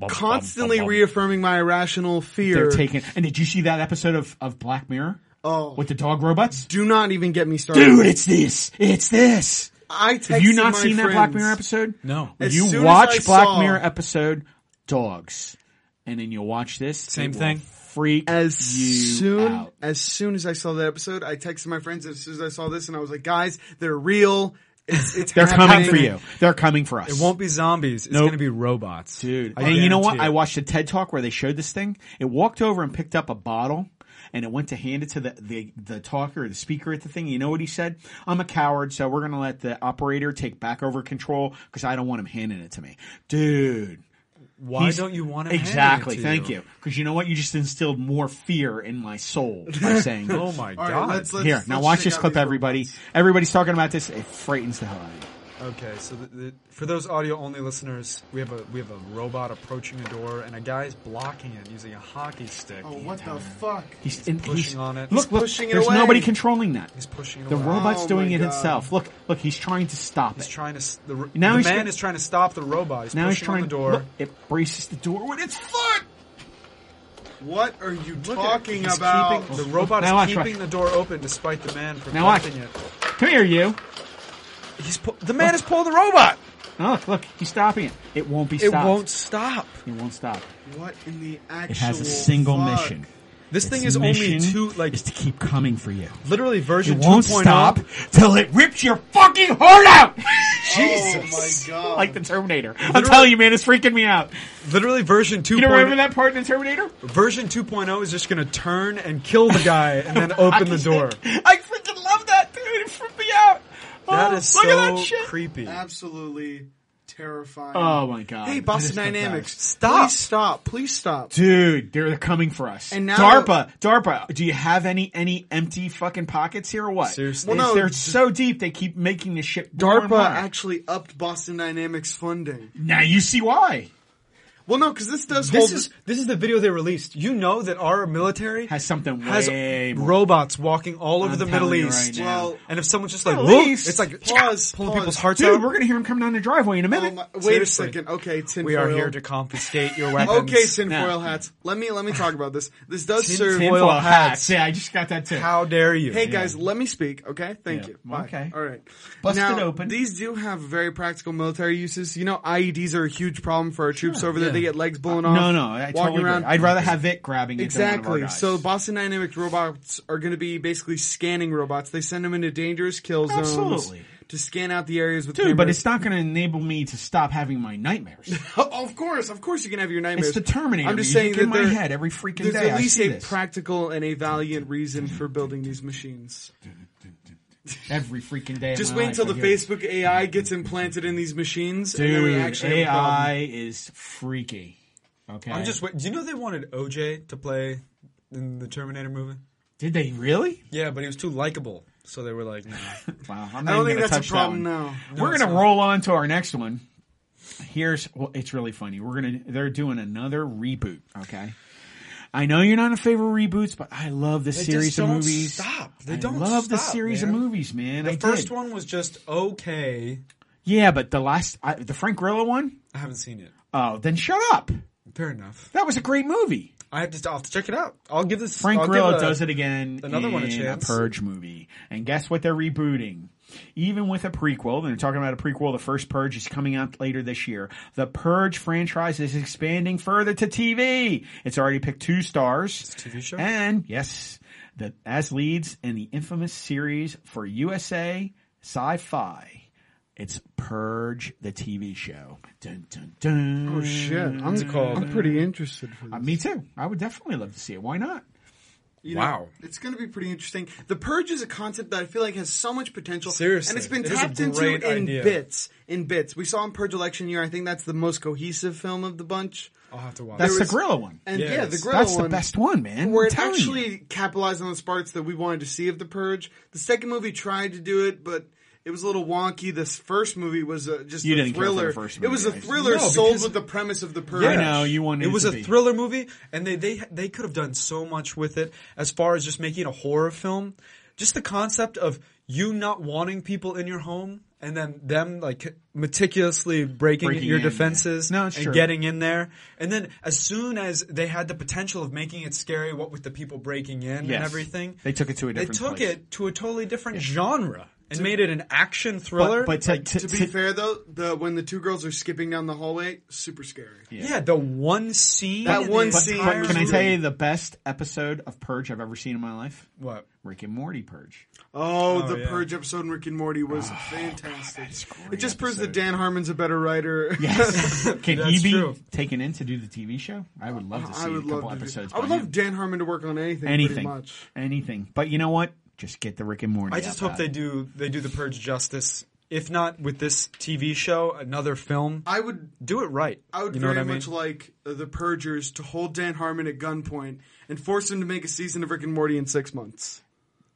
constantly reaffirming my irrational They're fear. taking. And did you see that episode of of Black Mirror? Oh. with the dog robots. Do not even get me started. Dude, it's this. It's this. I texted Have you not my seen that Black friends. Mirror episode? No. As soon you as I watch Black saw- Mirror episode Dogs, and then you'll watch this. Same It will thing? Freak as you soon out. as soon as I saw that episode, I texted my friends as soon as I saw this, and I was like, "Guys, they're real. It's, it's They're coming happening." for you. They're coming for us. It won't be zombies. It's Nope. going to be robots, dude. I and you know what? guarantee I it. watched a TED talk where they showed this thing. It walked over and picked up a bottle, and it went to hand it to the the, the talker or the speaker at the thing. You know what he said? I'm a coward, so we're gonna let the operator take back over control because I don't want him handing it to me, dude. Why He's- don't you want to exactly? Hand it to thank you, because you know what? You just instilled more fear in my soul by saying, Oh my All right, god! let's- let's- Here, now let's watch check this out clip, these everybody. Everybody's talking about this. It frightens the hell out of you. Okay, so the, the, for those audio-only listeners, we have a we have a robot approaching a door, and a guy's blocking it using a hockey stick. Oh, what the fuck? He's, in, pushing he's- on it. Look, He's look. pushing it there's away. nobody controlling that. He's pushing it The away. robot's Oh doing my it God. itself. Look, look. He's trying to stop He's it. trying to s- the, r- Now the he's man try- is trying to stop the robot. He's now he's pushing on trying the door. Look, it braces the door with its foot. What are you Look at it. talking He's about? keeping- the robot Now watch, is keeping watch. the door open despite the man from Now watch. protecting it. Come here, you. He's pu- the man is pulling the robot. Now look, look. He's stopping it. It won't be It stopped. won't stop. It won't stop. What in the actual? It has a single fuck? mission. This Its thing is only mission two like is to keep coming for you. literally version oh. It won't 2.0. stop till it rips your fucking heart out. Jesus, my God. like the Terminator. I'm telling you, man, it's freaking me out. Literally version 2.0. You don't remember that part in the Terminator? Version 2.0 is just going to turn and kill the guy and then open the door. I freaking love that, dude. It freaked me out. That oh, is look so at that shit. creepy. Absolutely terrifying. Uh, Oh my god. hey, That is Boston the Dynamics, best. stop! Please stop! Please stop! Dude, they're coming for us. And now- DARPA, DARPA, do you have any any empty fucking pockets here or what? Seriously. Well, Well, no, they're d- so deep they keep making this shit. more and DARPA more. actually upped Boston Dynamics funding. Now you see why. Well, no, because this does This hold. is this is the video they released. You know that our military Has something has way more- robots walking all over I'm the Middle telling you East. right now. Well, and if someone's just like, Middle "Whoa," East. it's like Pause, pulling pause. people's hearts Dude, out. we're gonna hear him come down the driveway in a Oh minute. my- wait a Seriously. second. Okay, tinfoil. we are here to confiscate your weapons. Okay, tinfoil Now- hats. Let me let me talk about this. This does serve. Tinfoil Foil hats. hats. Yeah, I just got that too. How dare you? Hey guys, let me speak. Okay, thank Yeah. you. Bye. Okay. all right. Bust it now, open. E These do have very practical military uses. You know, IEDs are a huge problem for our troops over there. they get legs blown off. Uh, No, no, I totally agree. I'd rather have it grabbing it than one of Exactly. our guys. So Boston Dynamics robots are going to be basically scanning robots. They send them into dangerous kill zones Absolutely. to scan out the areas with Dude, but cameras. it's not going to enable me to stop having my nightmares. of course, of course, you can have your nightmares. It's the Terminator. I'm just You saying get in that my there- head every freaking there's day. at I least see a this. practical and a valiant reason for building these machines. every freaking day. of Just my wait life, until I the do. Facebook AI gets implanted in these machines, and then we Dude, actually have a problem. AI is freaky. Okay. I'm just. Wait- Do you know they wanted OJ to play in the Terminator movie? Did they really? Yeah, but he was too likable, so they were like, nah. Wow. I'm I don't not even think gonna that's a touch that problem one. now. We're gonna roll on to our next one. Here's well, it's really funny. We're gonna they're doing another reboot. Okay. I know you're not in favor of reboots, but I love the just series of don't movies. stop. They I don't love the stop, series man. of movies, man. The I first did. one was just okay. yeah, but the last, I, the Frank Grillo one. I haven't seen it. Oh, then shut up. Fair enough. That was a great movie. I have to. I'll have to check it out. I'll give this. Frank I'll give Grillo a- does it again another in one a chance. Purge movie. And guess what they're rebooting? Even with a prequel, they're talking about a prequel, the first Purge is coming out later this year. The Purge franchise is expanding further to TV. It's already picked two stars. It's a TV show? And yes, the, as leads in the infamous series for USA Sci-Fi. It's Purge, the TV show. Dun, dun, dun. Oh shit! I'm, Mm. it called? I'm pretty interested. For this. Uh, me too. I would definitely love to see it. Why not? You know, Wow. it's going to be pretty interesting. The Purge is a concept that I feel like has so much potential. Seriously, and it's been it is a tapped into great in idea. bits, in bits. We saw in Purge Election Year. I think that's the most cohesive film of the bunch. I'll have to watch. it. That's the was- Gorilla one. And yeah, Yes. the Gorilla That's one, the best one, man. where I'm it telling you. actually capitalized on the parts that we wanted to see of the Purge. The second movie tried to do it, but. It was a little wonky. This first movie was uh just You a didn't care for the thriller. first it was a movie, I see. thriller No, sold because- with the premise of the purge. I know you wanted It was to a be. thriller movie, and they they they could have done so much with it as far as just making a horror film. Just the concept of you not wanting people in your home, and then them like meticulously breaking, Breaking your in, defenses yeah. No, and it's true. getting in there, and then as soon as they had the potential of making it scary, what with the people breaking in Yes. and everything, They took it to a they different took place. it to a totally different genre and made it an action thriller. But to, Like, to, To be to- fair though, the when the two girls are skipping down the hallway, super scary. yeah, the one scene, That in the one but, scene- entire but can I Absolutely. tell you the best episode of Purge I've ever seen in my life? what? Rick and Morty Purge. Oh, Ah, the yeah. Purge episode in Rick and Morty was fantastic. great it just proves that episode. Dan Harmon's a better writer. Yes. Can he That's be true. taken in to do the TV show? I would love to see I would a couple love to do- episodes. I would by love him. Dan Harmon to work on anything, anything, pretty much. anything. But you know what? Just get the Rick and Morty. I just out hope they back. do they do the purge justice. If not with this TV show, another film, I would do it right. I would you know very what I mean? much like uh, the Purgers to hold Dan Harmon at gunpoint and force him to make a season of Rick and Morty in six months.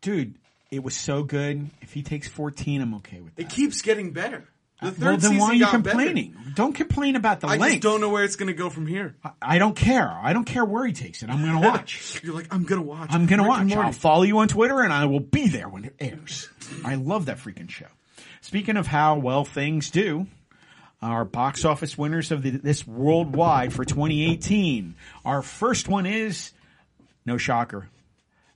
dude. It was so good. If he takes fourteen, I'm okay with that. It keeps getting better. The third Uh, well, then why season are you got better. complaining? Don't complain about the I length. just don't know where it's going to go from here. I don't care. I don't care where he takes it. I'm going to watch. You're like, I'm going to watch. I'm gonna Rick and watch. I'll Morty. follow you on Twitter, and I will be there when it airs. I love that freaking show. Speaking of how well things do, our box office winners of the, this worldwide for 2018. Our first one is no shocker,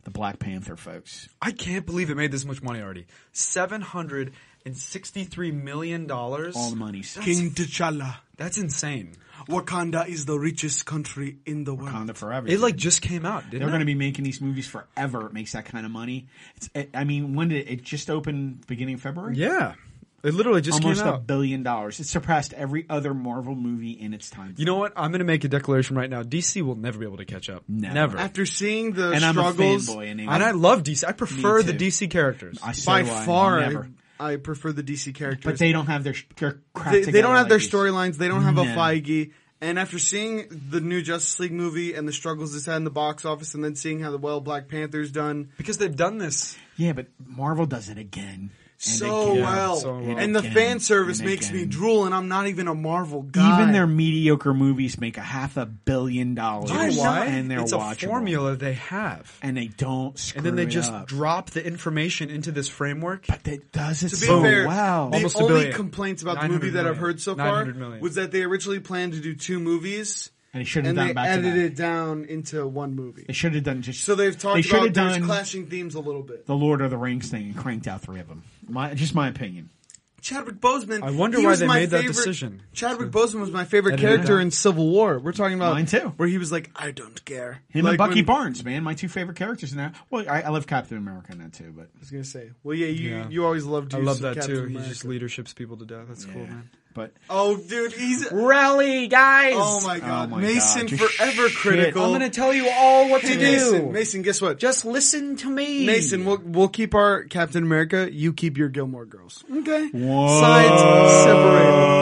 the Black Panther, folks. I can't believe it made this much money already. Seven hundred and sixty-three million dollars. All the monies King T'Challa. That's insane. Wakanda is the richest country in the world. Wakanda forever. It like just came out, didn't They're it? going to be making these movies forever. It makes that kind of money. It's, I- I mean, when did it, it just open? Beginning of February. yeah, it literally just Almost came a out. billion dollars. It surpassed every other Marvel movie in its time. you know what? I'm going to make a declaration right now. DC will never be able to catch up. Never. Never. After seeing the And I'm a struggles, fanboy in and I love DC. I prefer the too. DC characters. I so by do I. far, I, Never. I prefer the DC characters. But they don't have their, sh- their crap they, together. they don't have like their these. storylines. They don't have a No. Feige. And after seeing the new Justice League movie and the struggles it's had in the box office, and then seeing how the well Black Panther's done because they've done this. Yeah, but Marvel does it again. and so again. well, so well. and the Again, fan service and makes me again. drool, and I'm not even a Marvel guy. Even their mediocre movies make a half a billion dollars. You know why? And they're it's watchable. a formula they have. And they don't screw and then they it just up. drop the information into this framework. But it does it To be so fair, well. the Almost a only billion. complaints about the 900 movie that I've million. heard so far 900 million. was that they originally planned to do two movies, And they shouldn't have and done they back to edited back. it down into one movie. They should have done just. So they've talked They should about have there's done clashing themes a little bit. the Lord of the Rings thing and cranked out three of them. My, just my opinion. Chadwick Boseman. I wonder he why was they my made that favorite- decision. Chadwick Boseman was my favorite Edit it character out. in Civil War. We're talking about Mine too. where he was like, "I don't care." Him like and Bucky when- Barnes, man, my two favorite characters now. Well, I, I love Captain America in that too, but I was gonna say, well, yeah, you Yeah. you always loved. I use love that Captain too. America. He just leaderships people to death. That's cool, yeah. man. But Oh, dude, he's. Rally, guys! Oh my god, my Mason God, just forever shit. critical. I'm tell you all what Hey, Mason, Mason, guess what? Just listen to me, Mason, we'll we'll keep our Captain America. You keep your Gilmore Girls. Okay. Whoa. Sides separated.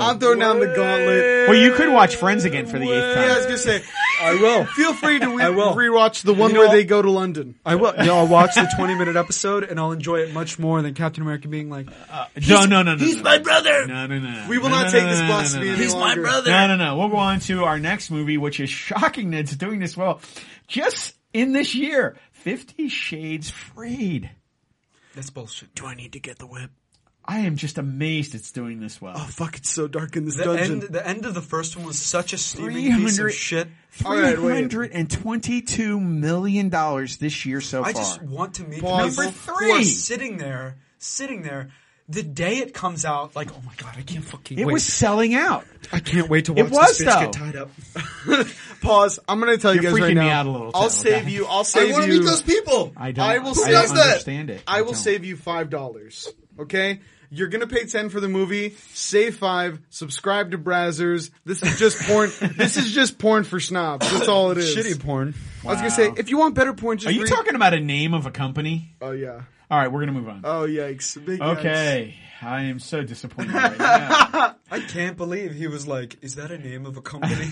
I'm throwing down the gauntlet. well, you could watch Friends again for the eighth time. Yeah, I was gonna say. I will. Feel free to re- I will. rewatch the one You know where what? they go to London. I will. No, I'll watch the 20 minute episode and I'll enjoy it much more than Captain America being like, no, no, no, no. he's no, my no. brother. No, no, no. no. We will No, not no, take no, this no, no, philosophy no, no. any longer. No, no, no. We'll go on to our next movie, which is shocking that it's doing this well. Just in this year, Fifty Shades Freed. that's bullshit. Do I need to get the whip? I am just amazed it's doing this well. Oh fuck! It's so dark in this The dungeon. end, the end of the first one was such a steaming piece of 300 shit. All right, wait. $322 million dollars this year so I far. just want to meet Pause. the people Number who are three. sitting there, sitting there. The day it comes out, like, oh my god, I can't fucking it wait. was selling out. I can't wait to watch It was, this bitch get though. tied up. Pause. I'm gonna tell you You're guys right freaking now. me out a little, I'll Tyler. save you. I'll save want to you. meet those people. I don't. I will I say don't that. understand it. I will don't. save you five dollars. Okay, you're gonna pay ten for the movie. Save five. Subscribe to Brazzers. This is just porn. this is just porn for snobs. That's all it is. Shitty porn. I was gonna say if you want better porn, just Are you read- talking about a name of a company? Oh yeah. All right, we're gonna move Uh, on. Oh yikes. Big yikes. okay, I am so disappointed. Right now. I can't believe he was like, is that a name of a company?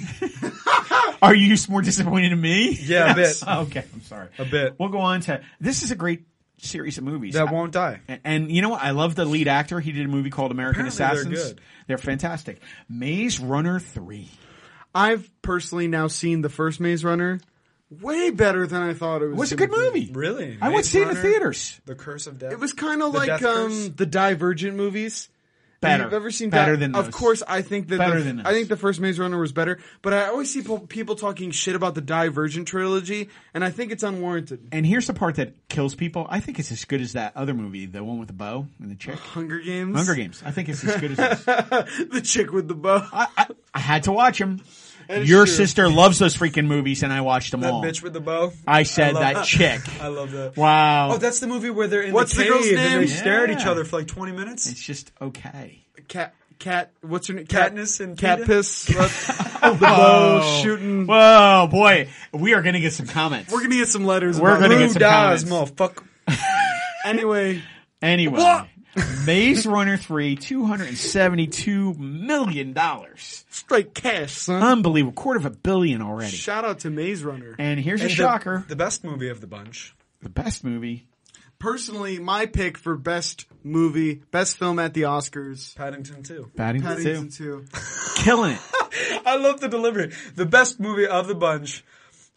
Are you more disappointed in me? Yeah, a bit. Okay, I'm sorry. A bit. We'll go on to this is a great series of movies that won't die. And- And you know what? I love the lead actor. He did a movie called American Apparently they're Assassins. good. They're fantastic. Maze Runner Three. I've personally now seen the first Maze Runner. Way better than I thought it was. It was a gonna good be. movie. Really? I went Maze to see it in the Runner? theaters. The Curse of Death. It was kind of The like Death Curse? um, the Divergent movies. Better. You've ever seen better Di- than Of those. course, I think that Better the, than I think those. the first Maze Runner was better, but I always see po- people talking shit about the Divergent trilogy, and I think it's unwarranted. And here's the part that kills people. I think it's as good as that other movie, the one with the bow and the chick. Hunger Games, Hunger Games. I think it's as good as this. the chick with the bow. I, I, I had to watch them. Your true. sister loves those freaking movies, and I watched them that all. bitch with the bow. I said love- that chick. I love that. Wow. Oh, that's the movie where they're in What's the the cave girl's and they name? stare at each Yeah. other for like 20 minutes. it's just okay. Cat, cat. What's her name? Katniss and cat Peeta? piss. oh, the bow shooting. Mm. Whoa, boy, we are gonna get some comments. We're gonna get some letters. We're about gonna it. get some dies, comments. motherfucker. anyway. Anyway, What? Maze Runner Three, two hundred and seventy-two million dollars, Straight cash, son. unbelievable, quarter of a billion already. Shout out to Maze Runner. and here's And a the- shocker: The, best movie of the bunch. the best movie. Personally, my pick for best movie, best film at the Oscars, Paddington 2. Paddington, Paddington Two, Two. killing it. I love the delivery. The best movie of the bunch.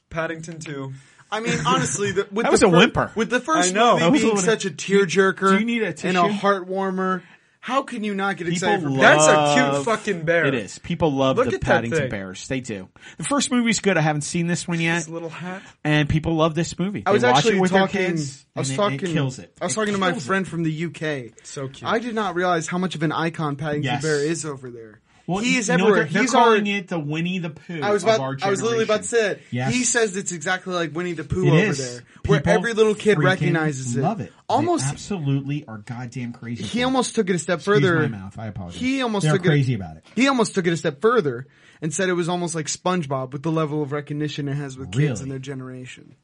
Paddington 2. I mean, honestly, the, with That was the a fir- whimper. With the first I know. movie That was a being little- such a tearjerker, Do you need a and tissue? a heartwarmer, how can you not get excited? For People Paddington? That's a Love- cute fucking bear. It is. People love Look the at that Paddington thing. Bears. They do. The first movie's good. I haven't seen this one yet. His little hat. and people love this movie. I was they watch actually it with talking. their kids. I was and talking. It, it kills it. I was It talking to my kills it. friend from the UK. So cute. I did not realize how much of an icon Paddington Yes. Bear is over there. Well, he is you know, everywhere. they're- they're He's our. calling it the Winnie the Pooh. I was Of our about. I generation. was literally about to say it. Yes. He says it's exactly like Winnie the Pooh It over is. there, where People every little kid freaking recognizes it. Love it. They Almost absolutely are goddamn crazy. he for it. almost took it a step Excuse further. my mouth. I apologize. He almost They're took crazy it, about it. He almost took it a step further and said it was almost like SpongeBob with the level of recognition it has with kids Really? in their generation.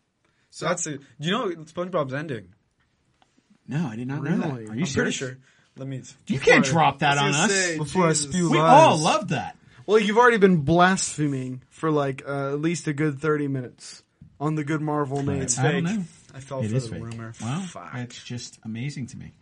So that's a, you know SpongeBob's ending. No, I did not know Really? that. Are I'm you I'm pretty serious? sure. Let me. You can't Sorry. drop that I on was us. gonna say, Before I Jesus. spew we lies. all love that. Well, you've already been blaspheming for like uh, at least a good thirty minutes on the good Marvel name. I don't fake. know. I fell It for is the fake. rumor. Wow, Fuck. that's just amazing to me.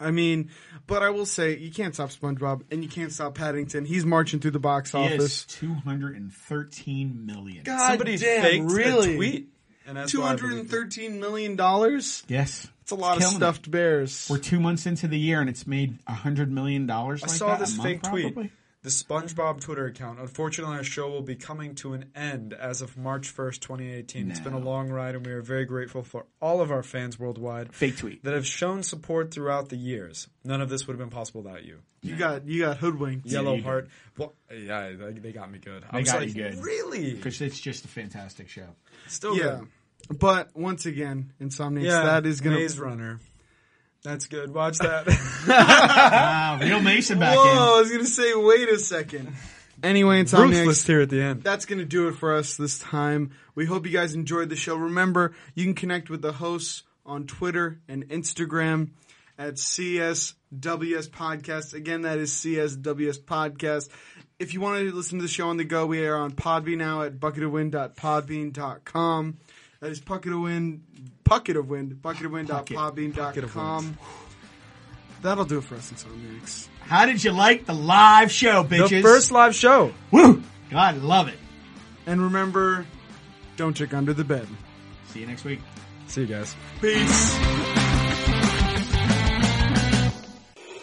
I mean, but I will say you can't stop SpongeBob and you can't stop Paddington. He's marching through the box He office. is two hundred and thirteen million. Somebody damn, faked really? the tweet. And that's Two why I hundred believe and it. thirteen million dollars. Yes, It's a lot of killing it. stuffed bears. We're two months into the year and it's made a hundred million dollars. I like saw that a this month, fake tweet. The probably. The SpongeBob Twitter account. Unfortunately, our show will be coming to an end as of March 1st, 2018. It's been a long ride, and we are very grateful for all of our fans worldwide Fake tweet. that have shown support throughout the years. None of this would have been possible without you. You got you got hoodwinked. Yellow you Heart. Well, yeah, they, they got me good. I They was got like, you good. really? Because it's just a fantastic show. Still Yeah. good. But once again, Insomniacs, Yeah, that is going Maze to. Runner. That's good. Watch that. Ah, real Mason back Whoa, I in. was going to say, wait a second. Anyway, Ruthless Insomniacs, here at the end. that's going to do it for us this time. We hope you guys enjoyed the show. Remember, you can connect with the hosts on Twitter and Instagram at CSWS Podcast. Again, that is CSWS Podcast. If you want to listen to the show on the go, we are on Podbean now at bucketofwind.podbean.com. That is bucket of wind, bucket of wind, bucket of wind dot podbean dot com. That'll do it for us Insomniacs. How did you like the live show, bitches? The first live show. Woo! God, love it. And remember, don't check under the bed. See you next week. See you guys. Peace.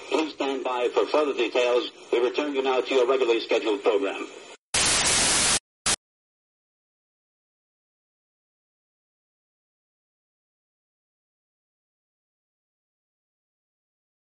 Please stand by for further details. We return you now to your regularly scheduled program.